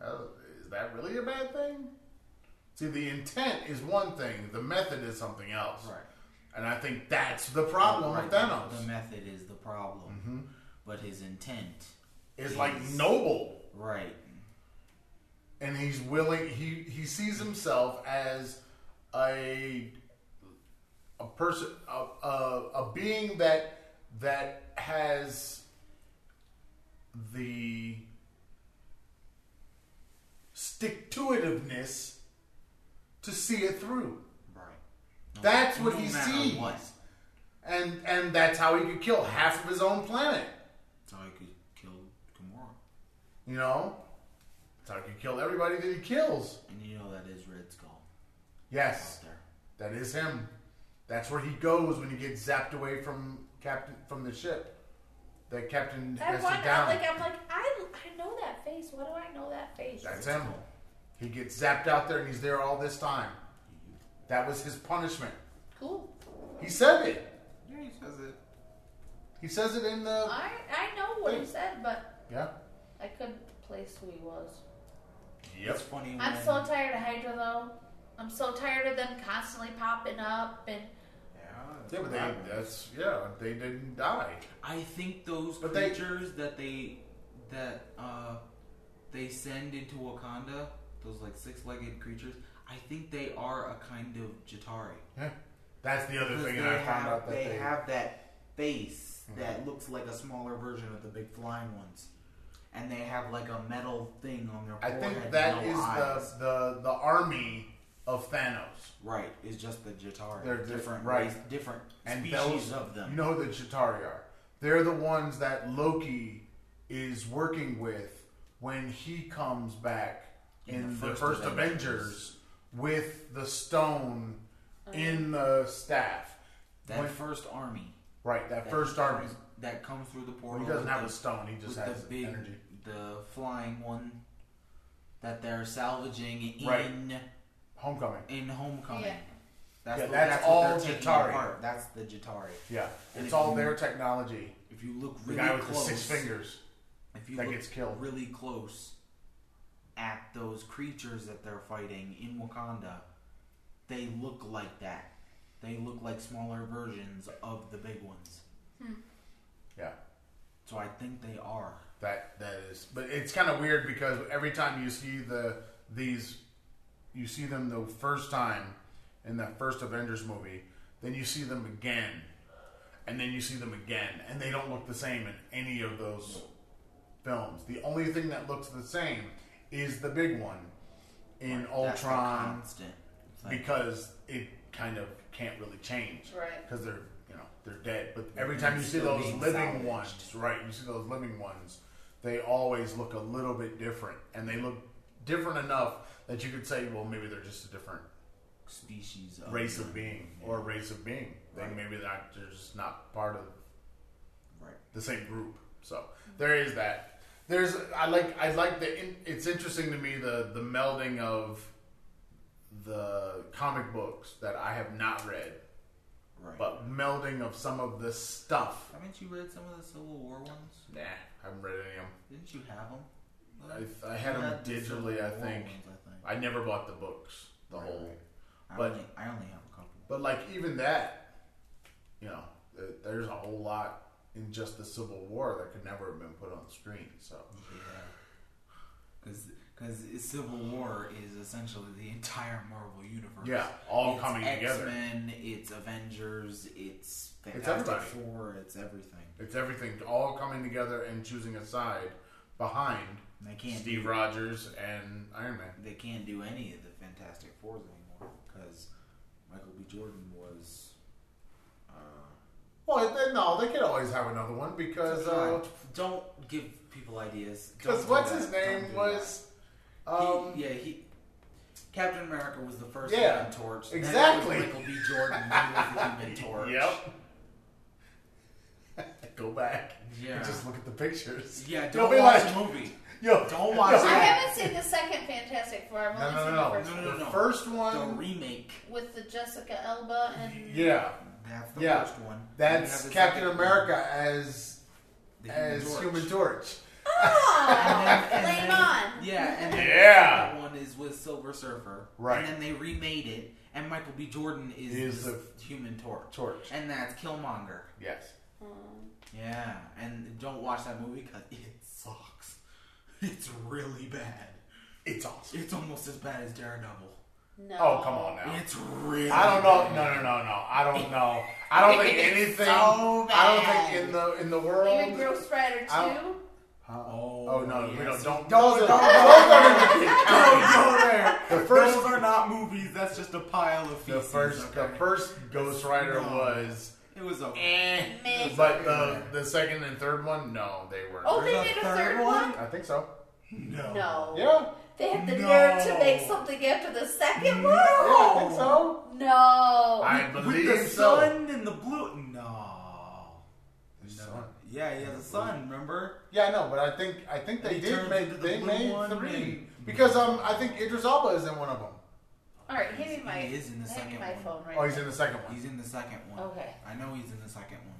Speaker 2: of.
Speaker 1: How- Is that really a bad thing? See, the intent is one thing; the method is something else.
Speaker 2: Right.
Speaker 1: And I think that's the problem
Speaker 2: Right.
Speaker 1: with Thanos. Mm-hmm.
Speaker 2: The method is the problem, but his intent.
Speaker 1: It's like noble.
Speaker 2: Right.
Speaker 1: and he's willing he he sees himself as a a person a, a, a being that that has the stick to itiveness to see it through
Speaker 2: Right.
Speaker 1: That's what
Speaker 2: no
Speaker 1: he
Speaker 2: matter
Speaker 1: sees.
Speaker 2: What,
Speaker 1: and and that's how he could kill half of his own planet
Speaker 2: so he could kill Gamora,
Speaker 1: you know that's how he could kill everybody that he kills
Speaker 2: and you know that is Red Skull
Speaker 1: yes
Speaker 2: out there.
Speaker 1: That is him. That's where he goes when he gets zapped away from Captain from the ship. That Captain
Speaker 3: I
Speaker 1: has
Speaker 3: want.
Speaker 1: to
Speaker 3: I'm
Speaker 1: down.
Speaker 3: like. I'm like. I. I know that face. Why do I know that face?
Speaker 1: That's him. He gets zapped out there and he's there all this time. That was his punishment.
Speaker 3: Cool.
Speaker 1: He said it.
Speaker 2: Yeah, he says it.
Speaker 1: He says it in the
Speaker 3: I. I know what he said, but
Speaker 1: yeah.
Speaker 3: I couldn't place who he was.
Speaker 2: It's funny.
Speaker 3: I'm
Speaker 2: when-
Speaker 1: Mm-hmm.
Speaker 3: so tired of Hydra though. I'm so tired of them constantly popping up
Speaker 1: [LAUGHS]
Speaker 3: and
Speaker 1: Yeah, but they, that's yeah. They didn't die.
Speaker 4: I think those
Speaker 1: But they-
Speaker 4: creatures that they that uh they send into Wakanda, those like six-legged creatures, I think they are a kind of Jatari.
Speaker 1: That's the other
Speaker 2: Because
Speaker 1: thing
Speaker 2: they,
Speaker 1: that I
Speaker 2: have,
Speaker 1: found out that
Speaker 2: they,
Speaker 1: they, Mm-hmm.
Speaker 2: have that face that looks like a smaller version of the big flying ones, and they have like a metal thing on their
Speaker 1: I
Speaker 2: forehead.
Speaker 1: think that
Speaker 2: and
Speaker 1: is
Speaker 2: no eyes.
Speaker 1: the, the the army of Thanos.
Speaker 2: right. It's just the Jatari.
Speaker 1: They're
Speaker 2: different,
Speaker 1: different, right.
Speaker 2: race- different
Speaker 1: and
Speaker 2: species
Speaker 1: those,
Speaker 2: of them.
Speaker 1: You know who the Chitari are. They're the ones that Loki is working with when he comes back in, the first, Avengers. with the stone in the staff.
Speaker 4: That
Speaker 1: When-
Speaker 4: first army.
Speaker 1: right, that,
Speaker 4: that
Speaker 1: first army.
Speaker 4: comes- that comes through the portal.
Speaker 1: He doesn't
Speaker 4: with
Speaker 1: have
Speaker 4: the-
Speaker 1: a stone. He just
Speaker 4: with
Speaker 1: has
Speaker 4: the big,
Speaker 1: energy.
Speaker 4: the flying one that they're salvaging in
Speaker 1: Right. Homecoming.
Speaker 4: in Homecoming.
Speaker 3: Yeah.
Speaker 4: That's,
Speaker 1: Yeah,
Speaker 4: what,
Speaker 1: that's
Speaker 4: that's, all
Speaker 1: all
Speaker 4: what they're taking
Speaker 1: Jatari.
Speaker 4: apart. That's the Jatari.
Speaker 1: Yeah,
Speaker 4: And
Speaker 1: it's
Speaker 4: if
Speaker 1: all
Speaker 4: you-
Speaker 1: their technology.
Speaker 4: If you look
Speaker 1: The
Speaker 4: really
Speaker 1: guy with
Speaker 4: close,
Speaker 1: the six fingers.
Speaker 4: if you
Speaker 1: that
Speaker 4: look
Speaker 1: gets killed.
Speaker 4: really close at those creatures that they're fighting in Wakanda, they look like that. They look like smaller versions of the big ones.
Speaker 1: Yeah.
Speaker 4: So I think they are.
Speaker 1: That that is, but it's kind of weird because every time you see the these, you see them the first time in that first Avengers movie, then you see them again, and then you see them again, and they don't look the same in any of those films. The only thing that looks the same is the big one in
Speaker 4: Like, that's the
Speaker 1: Ultron
Speaker 4: constant. thing.
Speaker 1: because it kind of can't really change
Speaker 3: right.
Speaker 1: because they're you know they're dead. But every
Speaker 4: And
Speaker 1: time you
Speaker 4: it's
Speaker 1: see
Speaker 4: still
Speaker 1: those
Speaker 4: being
Speaker 1: living
Speaker 4: salvaged.
Speaker 1: ones, right? You see those living ones. They always look a little bit different, and they look different enough that you could say, well, maybe they're just a different
Speaker 4: species of
Speaker 1: race of
Speaker 4: them.
Speaker 1: being
Speaker 4: Oh, Yeah.
Speaker 1: or a race of being. They
Speaker 4: Right.
Speaker 1: maybe they're not, they're just not part of
Speaker 4: right.
Speaker 1: the same group. So there is that. There's I like I like the in, it's interesting to me the the melding of the comic books that I have not read,
Speaker 4: Right.
Speaker 1: but melding of some of the stuff
Speaker 4: Haven't you read some of the Civil War ones?
Speaker 1: Nah, I haven't read any
Speaker 4: Didn't you have them?
Speaker 1: of them. I, I had them digitally, I think. I never bought the books, the
Speaker 4: Right,
Speaker 1: whole.
Speaker 4: right. I,
Speaker 1: but-
Speaker 4: only, I only have a couple.
Speaker 1: But like even that, you know, th- there's a whole lot in just the Civil War that could never have been put on screen. So
Speaker 4: Yeah. Because Civil War is essentially the entire Marvel universe.
Speaker 1: yeah, all
Speaker 4: it's
Speaker 1: coming together.
Speaker 4: X-Men, it's Avengers, it's
Speaker 1: It's
Speaker 4: Fantastic
Speaker 1: everybody.
Speaker 4: Four, it's everything.
Speaker 1: It's everything all coming together and choosing a side behind
Speaker 4: And They can't
Speaker 1: Steve Rogers and Iron Man.
Speaker 4: they can't do any of the Fantastic Fours anymore because Michael B. Jordan was. Uh,
Speaker 1: Well, they- no, they could always have another one because uh,
Speaker 4: don't give people ideas. Don't
Speaker 1: because
Speaker 4: do
Speaker 1: what's
Speaker 4: that.
Speaker 1: his
Speaker 4: Don't
Speaker 1: name
Speaker 4: do
Speaker 1: was
Speaker 4: that.
Speaker 1: um
Speaker 4: he, yeah he
Speaker 2: Captain America was the first
Speaker 1: Yeah,
Speaker 2: Human Torch. Then it was
Speaker 1: exactly.
Speaker 2: Michael B. Jordan he was the
Speaker 1: [LAUGHS]
Speaker 2: Human Torch.
Speaker 1: Yep. Go back.
Speaker 2: Yeah.
Speaker 1: And just look at the pictures.
Speaker 2: Yeah,
Speaker 1: You'll
Speaker 2: don't
Speaker 1: be
Speaker 2: watch
Speaker 1: like,
Speaker 2: the
Speaker 1: [LAUGHS]
Speaker 2: movie.
Speaker 1: Yo,
Speaker 2: Don't watch
Speaker 3: I
Speaker 2: it.
Speaker 3: haven't seen the second Fantastic Four. I've
Speaker 1: No,
Speaker 3: only
Speaker 1: no,
Speaker 3: seen
Speaker 1: no,
Speaker 3: the
Speaker 1: no.
Speaker 3: first
Speaker 2: No,
Speaker 3: one
Speaker 2: no,
Speaker 1: The
Speaker 2: no.
Speaker 1: first one.
Speaker 2: The remake.
Speaker 3: with the Jessica Alba and
Speaker 1: Yeah,
Speaker 2: That's the
Speaker 1: Yeah.
Speaker 2: first one. You have
Speaker 1: that's
Speaker 2: the
Speaker 1: Captain
Speaker 2: second
Speaker 1: America as
Speaker 2: one, the
Speaker 1: as Human Torch. [LAUGHS] Oh,
Speaker 3: ah,
Speaker 2: And then-
Speaker 3: Flame on.
Speaker 2: Yeah, and then
Speaker 1: Yeah.
Speaker 2: the second one is with Silver Surfer.
Speaker 1: Right.
Speaker 2: And then they remade it, and Michael B. Jordan is,
Speaker 1: Is
Speaker 2: the
Speaker 1: the-
Speaker 2: Human Torch.
Speaker 1: Torch.
Speaker 2: And that's Killmonger.
Speaker 1: Yes.
Speaker 2: Yeah, and don't watch that movie because [LAUGHS] it sucks. It's really bad.
Speaker 1: It's awesome.
Speaker 2: It's almost as bad as Daredevil.
Speaker 3: No.
Speaker 1: Oh come on now.
Speaker 2: It's really.
Speaker 1: I don't know.
Speaker 2: bad.
Speaker 1: No, no, no, no. I don't know. I don't think
Speaker 2: [LAUGHS] It's
Speaker 1: anything.
Speaker 2: so
Speaker 1: I don't
Speaker 2: bad.
Speaker 1: think in the in the
Speaker 3: Even
Speaker 1: world.
Speaker 3: Ghost Rider
Speaker 1: I
Speaker 3: two.
Speaker 2: Oh,
Speaker 1: Oh no,
Speaker 2: yes.
Speaker 1: we don't. Don't
Speaker 2: Those
Speaker 1: those
Speaker 2: are-
Speaker 1: are- those [LAUGHS] are-
Speaker 2: Don't go there.
Speaker 1: The first-
Speaker 2: [LAUGHS] Those are not movies. That's just a pile of
Speaker 1: The
Speaker 2: feces.
Speaker 1: first the
Speaker 2: okay?
Speaker 1: first Ghost Rider
Speaker 2: No.
Speaker 1: was
Speaker 2: It was
Speaker 1: eh,
Speaker 2: okay.
Speaker 3: Meh.
Speaker 1: but the the second and third one, no, they weren't.
Speaker 3: Oh, they
Speaker 2: There's
Speaker 3: made a third one.
Speaker 1: I think so.
Speaker 2: No.
Speaker 3: No.
Speaker 1: Yeah,
Speaker 3: They had the
Speaker 2: No.
Speaker 3: nerve to make something after the second one.
Speaker 1: yeah, I think so.
Speaker 3: No.
Speaker 1: I
Speaker 2: With
Speaker 1: believe
Speaker 2: the
Speaker 1: so.
Speaker 2: sun and the blue. No.
Speaker 1: The
Speaker 2: No.
Speaker 1: sun.
Speaker 2: Yeah, yeah, the sun. Remember?
Speaker 1: Yeah, I know, but I think I think they
Speaker 2: They
Speaker 1: did
Speaker 2: turned
Speaker 1: make
Speaker 2: into the
Speaker 1: they
Speaker 2: blue
Speaker 1: made
Speaker 2: one
Speaker 1: three
Speaker 2: and-
Speaker 1: because um I think Idris Alba is in one of them.
Speaker 3: All right, give me my.
Speaker 2: He is in the
Speaker 3: I have
Speaker 2: second
Speaker 3: my
Speaker 2: one.
Speaker 3: phone right.
Speaker 1: Oh, he's
Speaker 3: now.
Speaker 1: in the second one.
Speaker 2: He's in the second one.
Speaker 3: Okay.
Speaker 2: I know he's in the second one.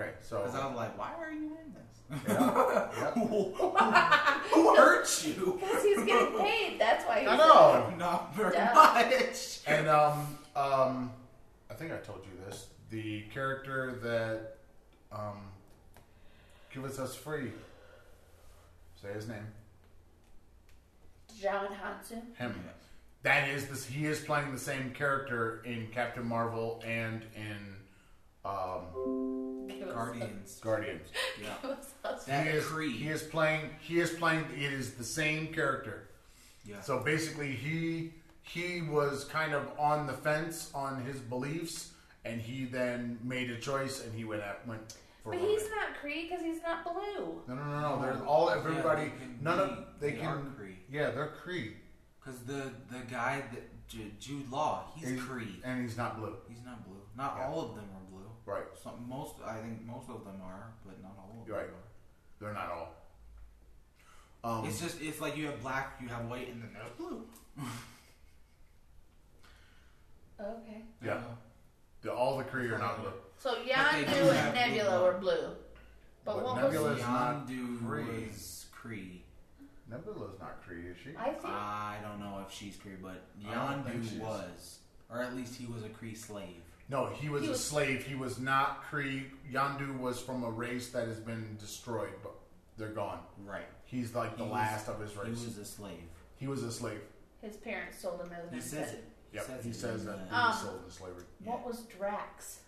Speaker 1: Okay,
Speaker 2: Because I
Speaker 1: so
Speaker 2: was like, why are you in this?
Speaker 1: [LAUGHS]
Speaker 2: [LAUGHS]
Speaker 1: Yeah.
Speaker 2: Who
Speaker 3: [LAUGHS]
Speaker 2: hurt you?
Speaker 3: Because he's
Speaker 2: [LAUGHS]
Speaker 3: getting paid. That's why. He's
Speaker 1: I
Speaker 3: in it.
Speaker 1: know.
Speaker 2: Not very
Speaker 3: Yeah.
Speaker 2: much.
Speaker 1: And um, um, I think I told you this. The character that um, gives us free. Say his name.
Speaker 3: John Hanson.
Speaker 1: Him. That is this. He is playing the same character in Captain Marvel and in um,
Speaker 2: [LAUGHS]
Speaker 3: [LAUGHS]
Speaker 2: Guardians.
Speaker 1: Guardians.
Speaker 2: Yeah.
Speaker 1: He
Speaker 2: That
Speaker 1: is,
Speaker 2: Kree.
Speaker 1: he is playing. He is playing. It is the same character.
Speaker 2: Yeah.
Speaker 1: So basically, he he was kind of on the fence on his beliefs, and he then made a choice, and he went at, went for.
Speaker 3: But
Speaker 1: women.
Speaker 3: he's not Cree because he's not blue.
Speaker 1: no, no, no, no. They're all everybody.
Speaker 2: they can
Speaker 1: none of
Speaker 2: be-
Speaker 1: they,
Speaker 2: they
Speaker 1: can.
Speaker 2: are Kree.
Speaker 1: Yeah, they're Cree.
Speaker 2: Because the, the guy, that J- Jude Law, he's Kree.
Speaker 1: and he's not blue.
Speaker 2: He's not blue. Not
Speaker 1: Yeah.
Speaker 2: all of them are blue.
Speaker 1: Right,
Speaker 2: Some, most, I think most of them are, but not all of them
Speaker 1: Right.
Speaker 2: are.
Speaker 1: they're not all. Um,
Speaker 2: It's just it's like you have black, you have white, and then there's blue.
Speaker 3: Okay.
Speaker 1: Yeah.
Speaker 2: Uh,
Speaker 1: the- all the Kree are not blue.
Speaker 3: So
Speaker 2: they
Speaker 3: Yondu
Speaker 2: do have
Speaker 3: and Nebula
Speaker 2: blue.
Speaker 3: were blue. But
Speaker 1: But
Speaker 3: what
Speaker 1: Nebula- Nebula's
Speaker 3: was?
Speaker 1: not
Speaker 2: Yondu
Speaker 1: Kree.
Speaker 2: was Kree.
Speaker 1: Nebula's not Kree, is she?
Speaker 3: I think.
Speaker 2: I don't know if she's Kree, but
Speaker 1: I don't think
Speaker 2: Yondu
Speaker 1: she is.
Speaker 2: was, or at least he was a Kree slave.
Speaker 1: No, he was
Speaker 3: He
Speaker 1: a
Speaker 3: was-
Speaker 1: slave. He was not Kree. Yandu was from a race that has been destroyed, but they're gone.
Speaker 2: Right.
Speaker 1: He's like the
Speaker 2: He was-
Speaker 1: last of his
Speaker 2: He
Speaker 1: race.
Speaker 2: was a slave.
Speaker 1: He was a slave.
Speaker 3: His parents sold him as an
Speaker 2: He says
Speaker 3: infant.
Speaker 2: it.
Speaker 1: Yep. He
Speaker 2: it
Speaker 1: says
Speaker 2: in
Speaker 1: that
Speaker 2: the-
Speaker 1: he
Speaker 3: Uh,
Speaker 1: was sold into slavery.
Speaker 3: What was Drax?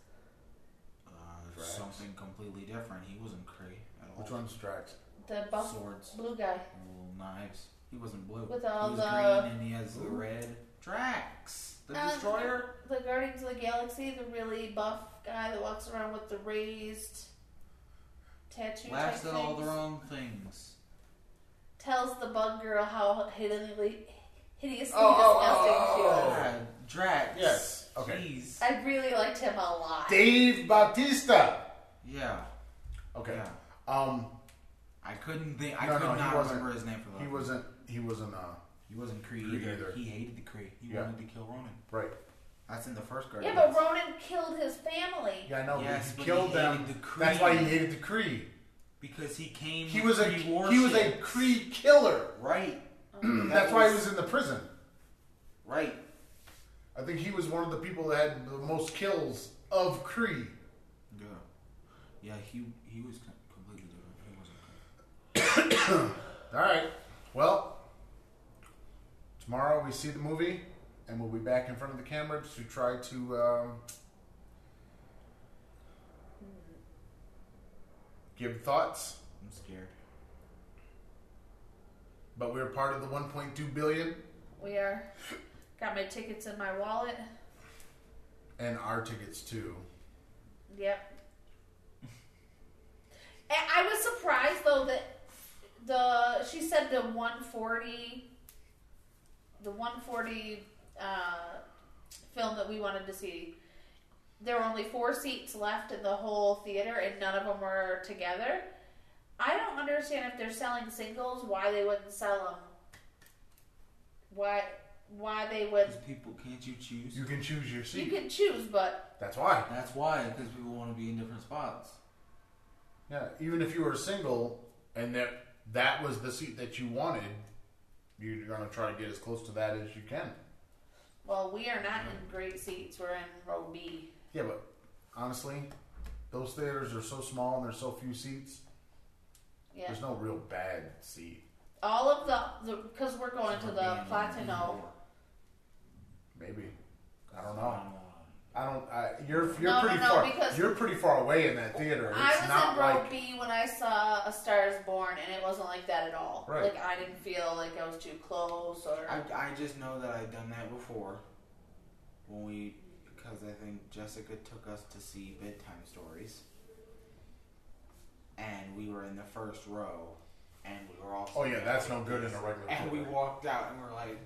Speaker 2: uh,
Speaker 1: Drax.
Speaker 2: something completely different. He wasn't Kree at all.
Speaker 1: Oh. Which one's Drax?
Speaker 3: The buff
Speaker 2: Swords,
Speaker 3: blue guy.
Speaker 2: and little knives. He wasn't blue.
Speaker 3: With all
Speaker 2: he was
Speaker 3: the-
Speaker 2: green and he has the red. Drax, the
Speaker 3: Uh,
Speaker 2: destroyer.
Speaker 3: The Guardians of the Galaxy, the really buff guy that walks around with the raised tattoo.
Speaker 2: Laughs
Speaker 3: type
Speaker 2: at all the
Speaker 3: things.
Speaker 2: wrong things.
Speaker 3: Tells the bug girl how hideously, hideously
Speaker 1: Oh, oh,
Speaker 3: disgusting she
Speaker 1: oh,
Speaker 3: was.
Speaker 1: oh.
Speaker 2: Yeah, Uh, Drax.
Speaker 1: Yes, okay.
Speaker 2: He's
Speaker 3: I really liked him a lot.
Speaker 1: Dave Bautista.
Speaker 2: yeah.
Speaker 1: Okay.
Speaker 2: Yeah.
Speaker 1: Um,
Speaker 2: I couldn't think. I
Speaker 1: No,
Speaker 2: could
Speaker 1: no, he
Speaker 2: not
Speaker 1: wasn't.
Speaker 2: remember his name for that.
Speaker 1: he wasn't. He wasn't. Uh,
Speaker 2: He wasn't Kree
Speaker 1: Kree
Speaker 2: either.
Speaker 1: either.
Speaker 2: He hated the Kree. He
Speaker 1: Yeah.
Speaker 2: wanted to kill Ronan.
Speaker 1: right.
Speaker 2: That's in the first
Speaker 3: yeah,
Speaker 2: Guardians.
Speaker 3: but Ronan killed his family.
Speaker 1: Yeah, I know.
Speaker 2: Yes,
Speaker 1: but he
Speaker 2: but
Speaker 1: killed
Speaker 2: he
Speaker 1: them.
Speaker 2: hated the
Speaker 1: That's why he
Speaker 2: Kree.
Speaker 1: hated the Kree.
Speaker 2: because he came.
Speaker 1: He was
Speaker 2: with
Speaker 1: a
Speaker 2: Kree war
Speaker 1: he was a
Speaker 2: ships.
Speaker 1: Kree killer.
Speaker 2: Right.
Speaker 3: Oh.
Speaker 1: That's why he was in the prison.
Speaker 2: Right.
Speaker 1: I think he was one of the people that had the most kills of Kree.
Speaker 2: Yeah. Yeah. He he was com- completely different. He wasn't Kree.
Speaker 1: All right. Well, tomorrow we see the movie, and we'll be back in front of the camera to try to um, give thoughts.
Speaker 2: I'm scared.
Speaker 1: But we're part of the 1.2 billion,
Speaker 3: We are. Got my tickets in my wallet.
Speaker 1: and our tickets too.
Speaker 3: Yep. [LAUGHS] And I was surprised though that the she said the 140 the 140 uh, film that we wanted to see, there were only four seats left in the whole theater, and none of them were together. I don't understand if they're selling singles, why they wouldn't sell them. Why? Why they would?
Speaker 2: Because people can't you choose?
Speaker 1: You can choose your
Speaker 3: You
Speaker 1: seat.
Speaker 3: can choose, but
Speaker 1: That's why.
Speaker 2: That's why, because people want to be in different spots.
Speaker 1: Yeah, even if you were single and that that was the seat that you wanted, you're gonna try to get as close to that as you can.
Speaker 3: well, we are not in great seats. We're in row B.
Speaker 1: Yeah, but honestly, those theaters are so small and there's so few seats.
Speaker 3: Yeah.
Speaker 1: There's no real bad seat.
Speaker 3: All of the because we're going to
Speaker 2: Or
Speaker 3: the
Speaker 2: being
Speaker 3: Platino.
Speaker 2: indoor.
Speaker 1: Maybe I
Speaker 2: So
Speaker 1: don't know. I don't. I, you're you're
Speaker 3: No, no,
Speaker 1: pretty
Speaker 3: no,
Speaker 1: far.
Speaker 3: because-
Speaker 1: you're pretty far away in that theater. It's
Speaker 3: I was
Speaker 1: not
Speaker 3: in row
Speaker 1: like
Speaker 3: B when I saw A Star Is Born, and it wasn't like that at all.
Speaker 1: Right.
Speaker 3: Like I didn't feel like I was too close or.
Speaker 2: I, I just know that I've done that before. When we, because I think Jessica took us to see bedtime stories, and we were in the first row, and we were all.
Speaker 1: oh yeah, that's no
Speaker 2: like
Speaker 1: good in
Speaker 2: this.
Speaker 1: a regular.
Speaker 2: And we
Speaker 1: theater.
Speaker 2: walked out and we're like,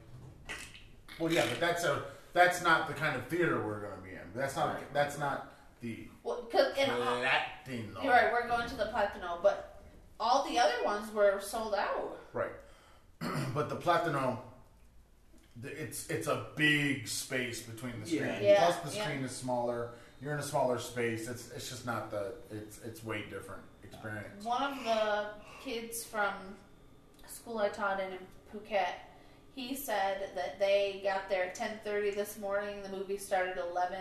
Speaker 1: well, yeah, but that's a that's not the kind of theater we're gonna be in. That's not
Speaker 2: Right.
Speaker 1: that's not the
Speaker 3: Well, cause in all,
Speaker 1: Latino.
Speaker 3: you're right. We're going to the Platino, but all the other ones were sold out.
Speaker 1: Right. [CLEARS THROAT] but the Platino, the- it's it's a big space between the screen.
Speaker 2: Yeah.
Speaker 3: Yeah,
Speaker 1: Plus the
Speaker 3: yeah.
Speaker 1: screen is smaller. You're in a smaller space. It's it's just not the it's it's way different experience.
Speaker 3: One of the kids from school I taught in in Phuket, he said that they got there 10:30 this morning. The movie started 11,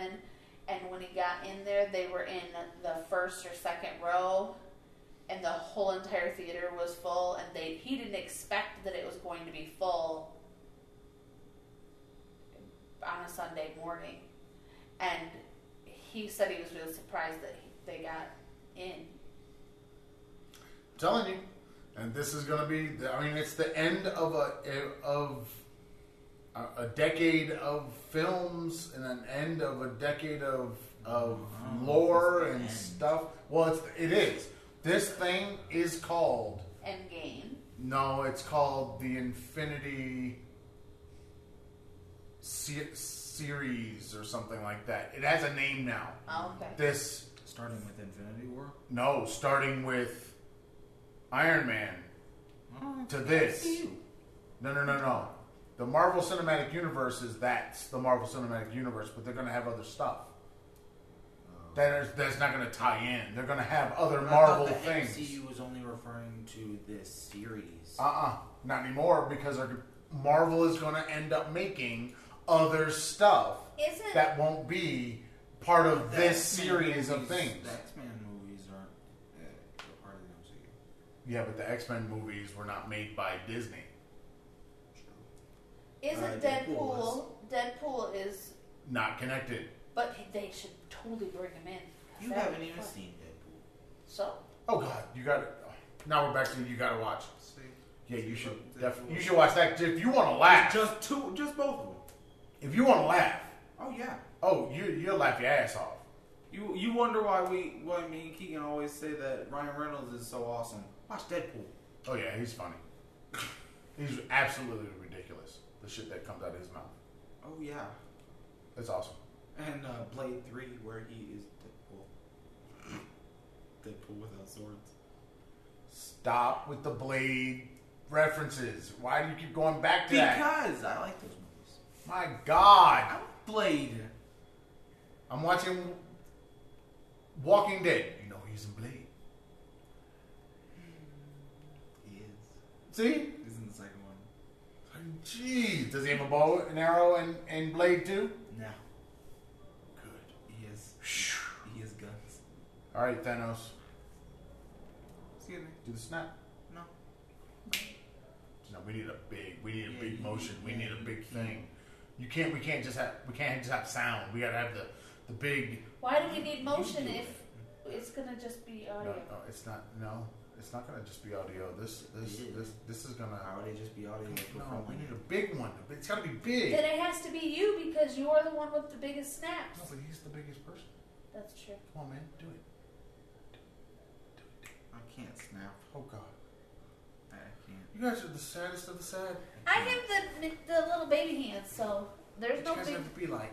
Speaker 3: and when he got in there, they were in the first or second row, and the whole entire theater was full. And they he didn't expect that it was going to be full on a Sunday morning, and he said he was really surprised that he- they got in.
Speaker 1: telling you. And this is going to be. the- I mean, it's the end of a e, of a- a decade of films and an end of a decade of of
Speaker 2: Wow,
Speaker 1: lore
Speaker 2: it's the
Speaker 1: and
Speaker 2: end.
Speaker 1: stuff. Well, it's, it is. This thing is called
Speaker 3: End game.
Speaker 1: No, it's called the Infinity se- series or something like that. It has a name now.
Speaker 3: Oh, okay.
Speaker 1: This
Speaker 2: starting with Infinity War.
Speaker 1: no, starting with Iron Man
Speaker 2: Mm.
Speaker 1: to this. No, no, no, no. The Marvel Cinematic Universe is that's the Marvel Cinematic Universe, but they're gonna have other stuff. That is, that's not gonna tie in. They're gonna have other Marvel
Speaker 2: Oh. I thought the
Speaker 1: things.
Speaker 2: MCU was only referring to this series.
Speaker 1: Uh-uh, not anymore because our, Marvel is going to end up making other stuff
Speaker 3: Isn't
Speaker 1: that won't be part of
Speaker 2: The
Speaker 1: this
Speaker 2: X-Men
Speaker 1: series of
Speaker 2: movies-
Speaker 1: things.
Speaker 2: The X Men movies aren't uh, a part of the MCU.
Speaker 1: Yeah, but the X-Men movies were not made by Disney.
Speaker 3: isn't
Speaker 2: uh, Deadpool
Speaker 3: Deadpool?
Speaker 2: was-
Speaker 3: Deadpool is,
Speaker 1: Not connected.
Speaker 3: but he- they should totally bring him in.
Speaker 2: You
Speaker 3: That
Speaker 2: haven't
Speaker 3: would be
Speaker 2: even
Speaker 3: fun.
Speaker 2: seen Deadpool.
Speaker 3: So
Speaker 1: Oh God, you got it. Now we're back to you got to watch.
Speaker 2: See,
Speaker 1: Yeah, you should.
Speaker 2: Deadpool.
Speaker 1: Def- you should watch that if you want to laugh.
Speaker 2: just two, just both of them.
Speaker 1: If you want to laugh,
Speaker 2: Oh yeah.
Speaker 1: oh, you you'll laugh your ass off.
Speaker 2: You you wonder why we why me and Keegan always say that Ryan Reynolds is so awesome. Watch Deadpool.
Speaker 1: Oh yeah, he's funny. [LAUGHS] he's absolutely ridiculous. The shit that comes out of his mouth.
Speaker 2: Oh yeah.
Speaker 1: It's awesome.
Speaker 2: And uh, Blade Three, where he is Deadpool. [COUGHS] Deadpool without swords.
Speaker 1: Stop with the blade references. Why do you keep going back to that?
Speaker 2: Because I like those movies.
Speaker 1: My
Speaker 2: I
Speaker 1: God,
Speaker 2: like Blade.
Speaker 1: I'm watching Walking Dead. You know he's in Blade.
Speaker 2: He is.
Speaker 1: See?
Speaker 2: He's in the second one.
Speaker 1: Jeez, does he have a bow and arrow and, and blade too?
Speaker 2: No,
Speaker 1: Good.
Speaker 2: he is. He is guns.
Speaker 1: All right, Thanos,
Speaker 2: Excuse me.
Speaker 1: do the snap.
Speaker 2: No.
Speaker 1: No, we need a big, we need a
Speaker 2: Yeah,
Speaker 1: big
Speaker 2: you-
Speaker 1: motion. We
Speaker 2: yeah,
Speaker 1: need a
Speaker 2: you
Speaker 1: big
Speaker 2: can't.
Speaker 1: thing. You can't, we can't just have, we can't just have sound. We gotta have the, the big.
Speaker 3: why do we need motion
Speaker 2: do
Speaker 3: if it's gonna just be
Speaker 1: No,
Speaker 3: audio?
Speaker 1: no, it's not. No, it's not gonna just be audio. This, this,
Speaker 2: Yeah.
Speaker 1: this, this is gonna.
Speaker 2: Why would it just be audio?
Speaker 1: No, we need a big one. It's got to be big.
Speaker 3: Then it has to be you because you're the one with the biggest
Speaker 1: No,
Speaker 3: snaps.
Speaker 1: but he's the biggest person.
Speaker 3: That's true.
Speaker 1: Come on, man, do it. Do it.
Speaker 2: I can't snap.
Speaker 1: Oh God,
Speaker 2: I I can't.
Speaker 1: you You guys are the saddest of the sad.
Speaker 3: I have the the little baby hands, so
Speaker 1: What
Speaker 3: there's no
Speaker 1: you guys
Speaker 3: big.
Speaker 1: have to be like,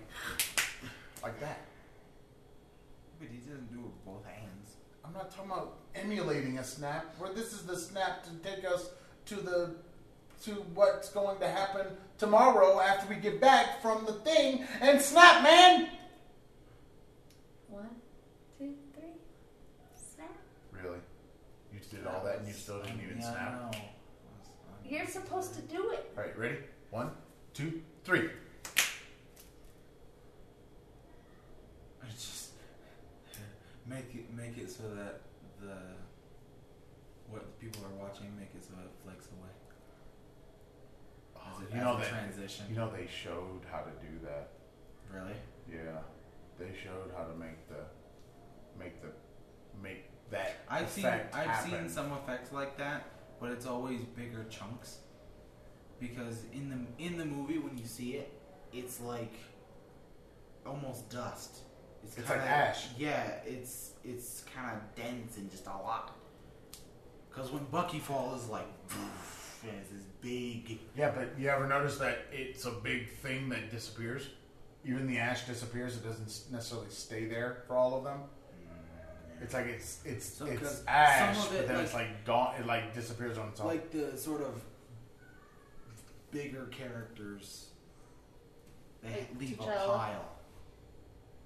Speaker 1: like that.
Speaker 2: But he doesn't do it with both hands.
Speaker 1: I'm not talking about emulating a snap. Where this is the snap to take us to the to what's going to happen tomorrow after we get back from the thing and snap, man.
Speaker 3: One, two, three, snap.
Speaker 1: Really? You did all that and you still didn't even
Speaker 2: Yeah, I
Speaker 1: snap.
Speaker 2: know.
Speaker 3: You're supposed to do it.
Speaker 1: All right, ready? One, two, three.
Speaker 2: I just make it make it so that the what the people are watching make it so it flakes away.
Speaker 1: Oh,
Speaker 2: As it,
Speaker 1: you
Speaker 2: as
Speaker 1: know
Speaker 2: a
Speaker 1: that.
Speaker 2: transition.
Speaker 1: You know they showed how to do that.
Speaker 2: really?
Speaker 1: Yeah, they showed how to make the make the make that
Speaker 2: I've seen
Speaker 1: effect
Speaker 2: I've
Speaker 1: happen.
Speaker 2: seen some effects like that, but it's always bigger chunks. Because in the in the movie when you see it, it's like almost dust.
Speaker 1: It's
Speaker 2: kinda-
Speaker 1: like ash.
Speaker 2: Yeah, it's it's kind of dense and just a lot. Because when Bucky falls, it's like, [LAUGHS] poof, and it's this big.
Speaker 1: Yeah, but you ever notice that it's a big thing that disappears? Even the ash disappears. It doesn't s- necessarily stay there for all of them. It's like it's it's
Speaker 2: Some-
Speaker 1: it's
Speaker 2: 'cause
Speaker 1: ash,
Speaker 2: some of
Speaker 1: but
Speaker 2: it,
Speaker 1: then it's like gone. It like disappears on its own.
Speaker 2: Like the sort of bigger characters, they
Speaker 3: Like
Speaker 2: leave a
Speaker 3: T'Challa.
Speaker 2: pile.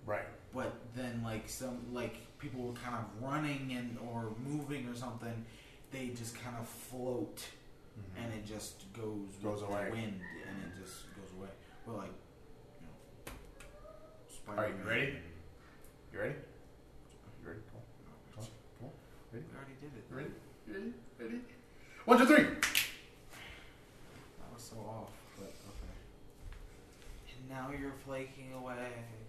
Speaker 1: right.
Speaker 2: But then, like some like people were kind of running and or moving or something, they just kind of float,
Speaker 1: Mm-hmm.
Speaker 2: and it just goes
Speaker 1: Goes
Speaker 2: with
Speaker 1: away.
Speaker 2: The wind and it just goes away. Well, like, you know,
Speaker 1: Are
Speaker 2: Spider-Man.
Speaker 1: you ready? You ready? You ready? Come on. Come on. Come on. Ready?
Speaker 2: We already did it.
Speaker 1: You Ready? You Ready? You Ready? One, two, three.
Speaker 2: That was so off, but okay. And now you're flaking away.
Speaker 1: Oh,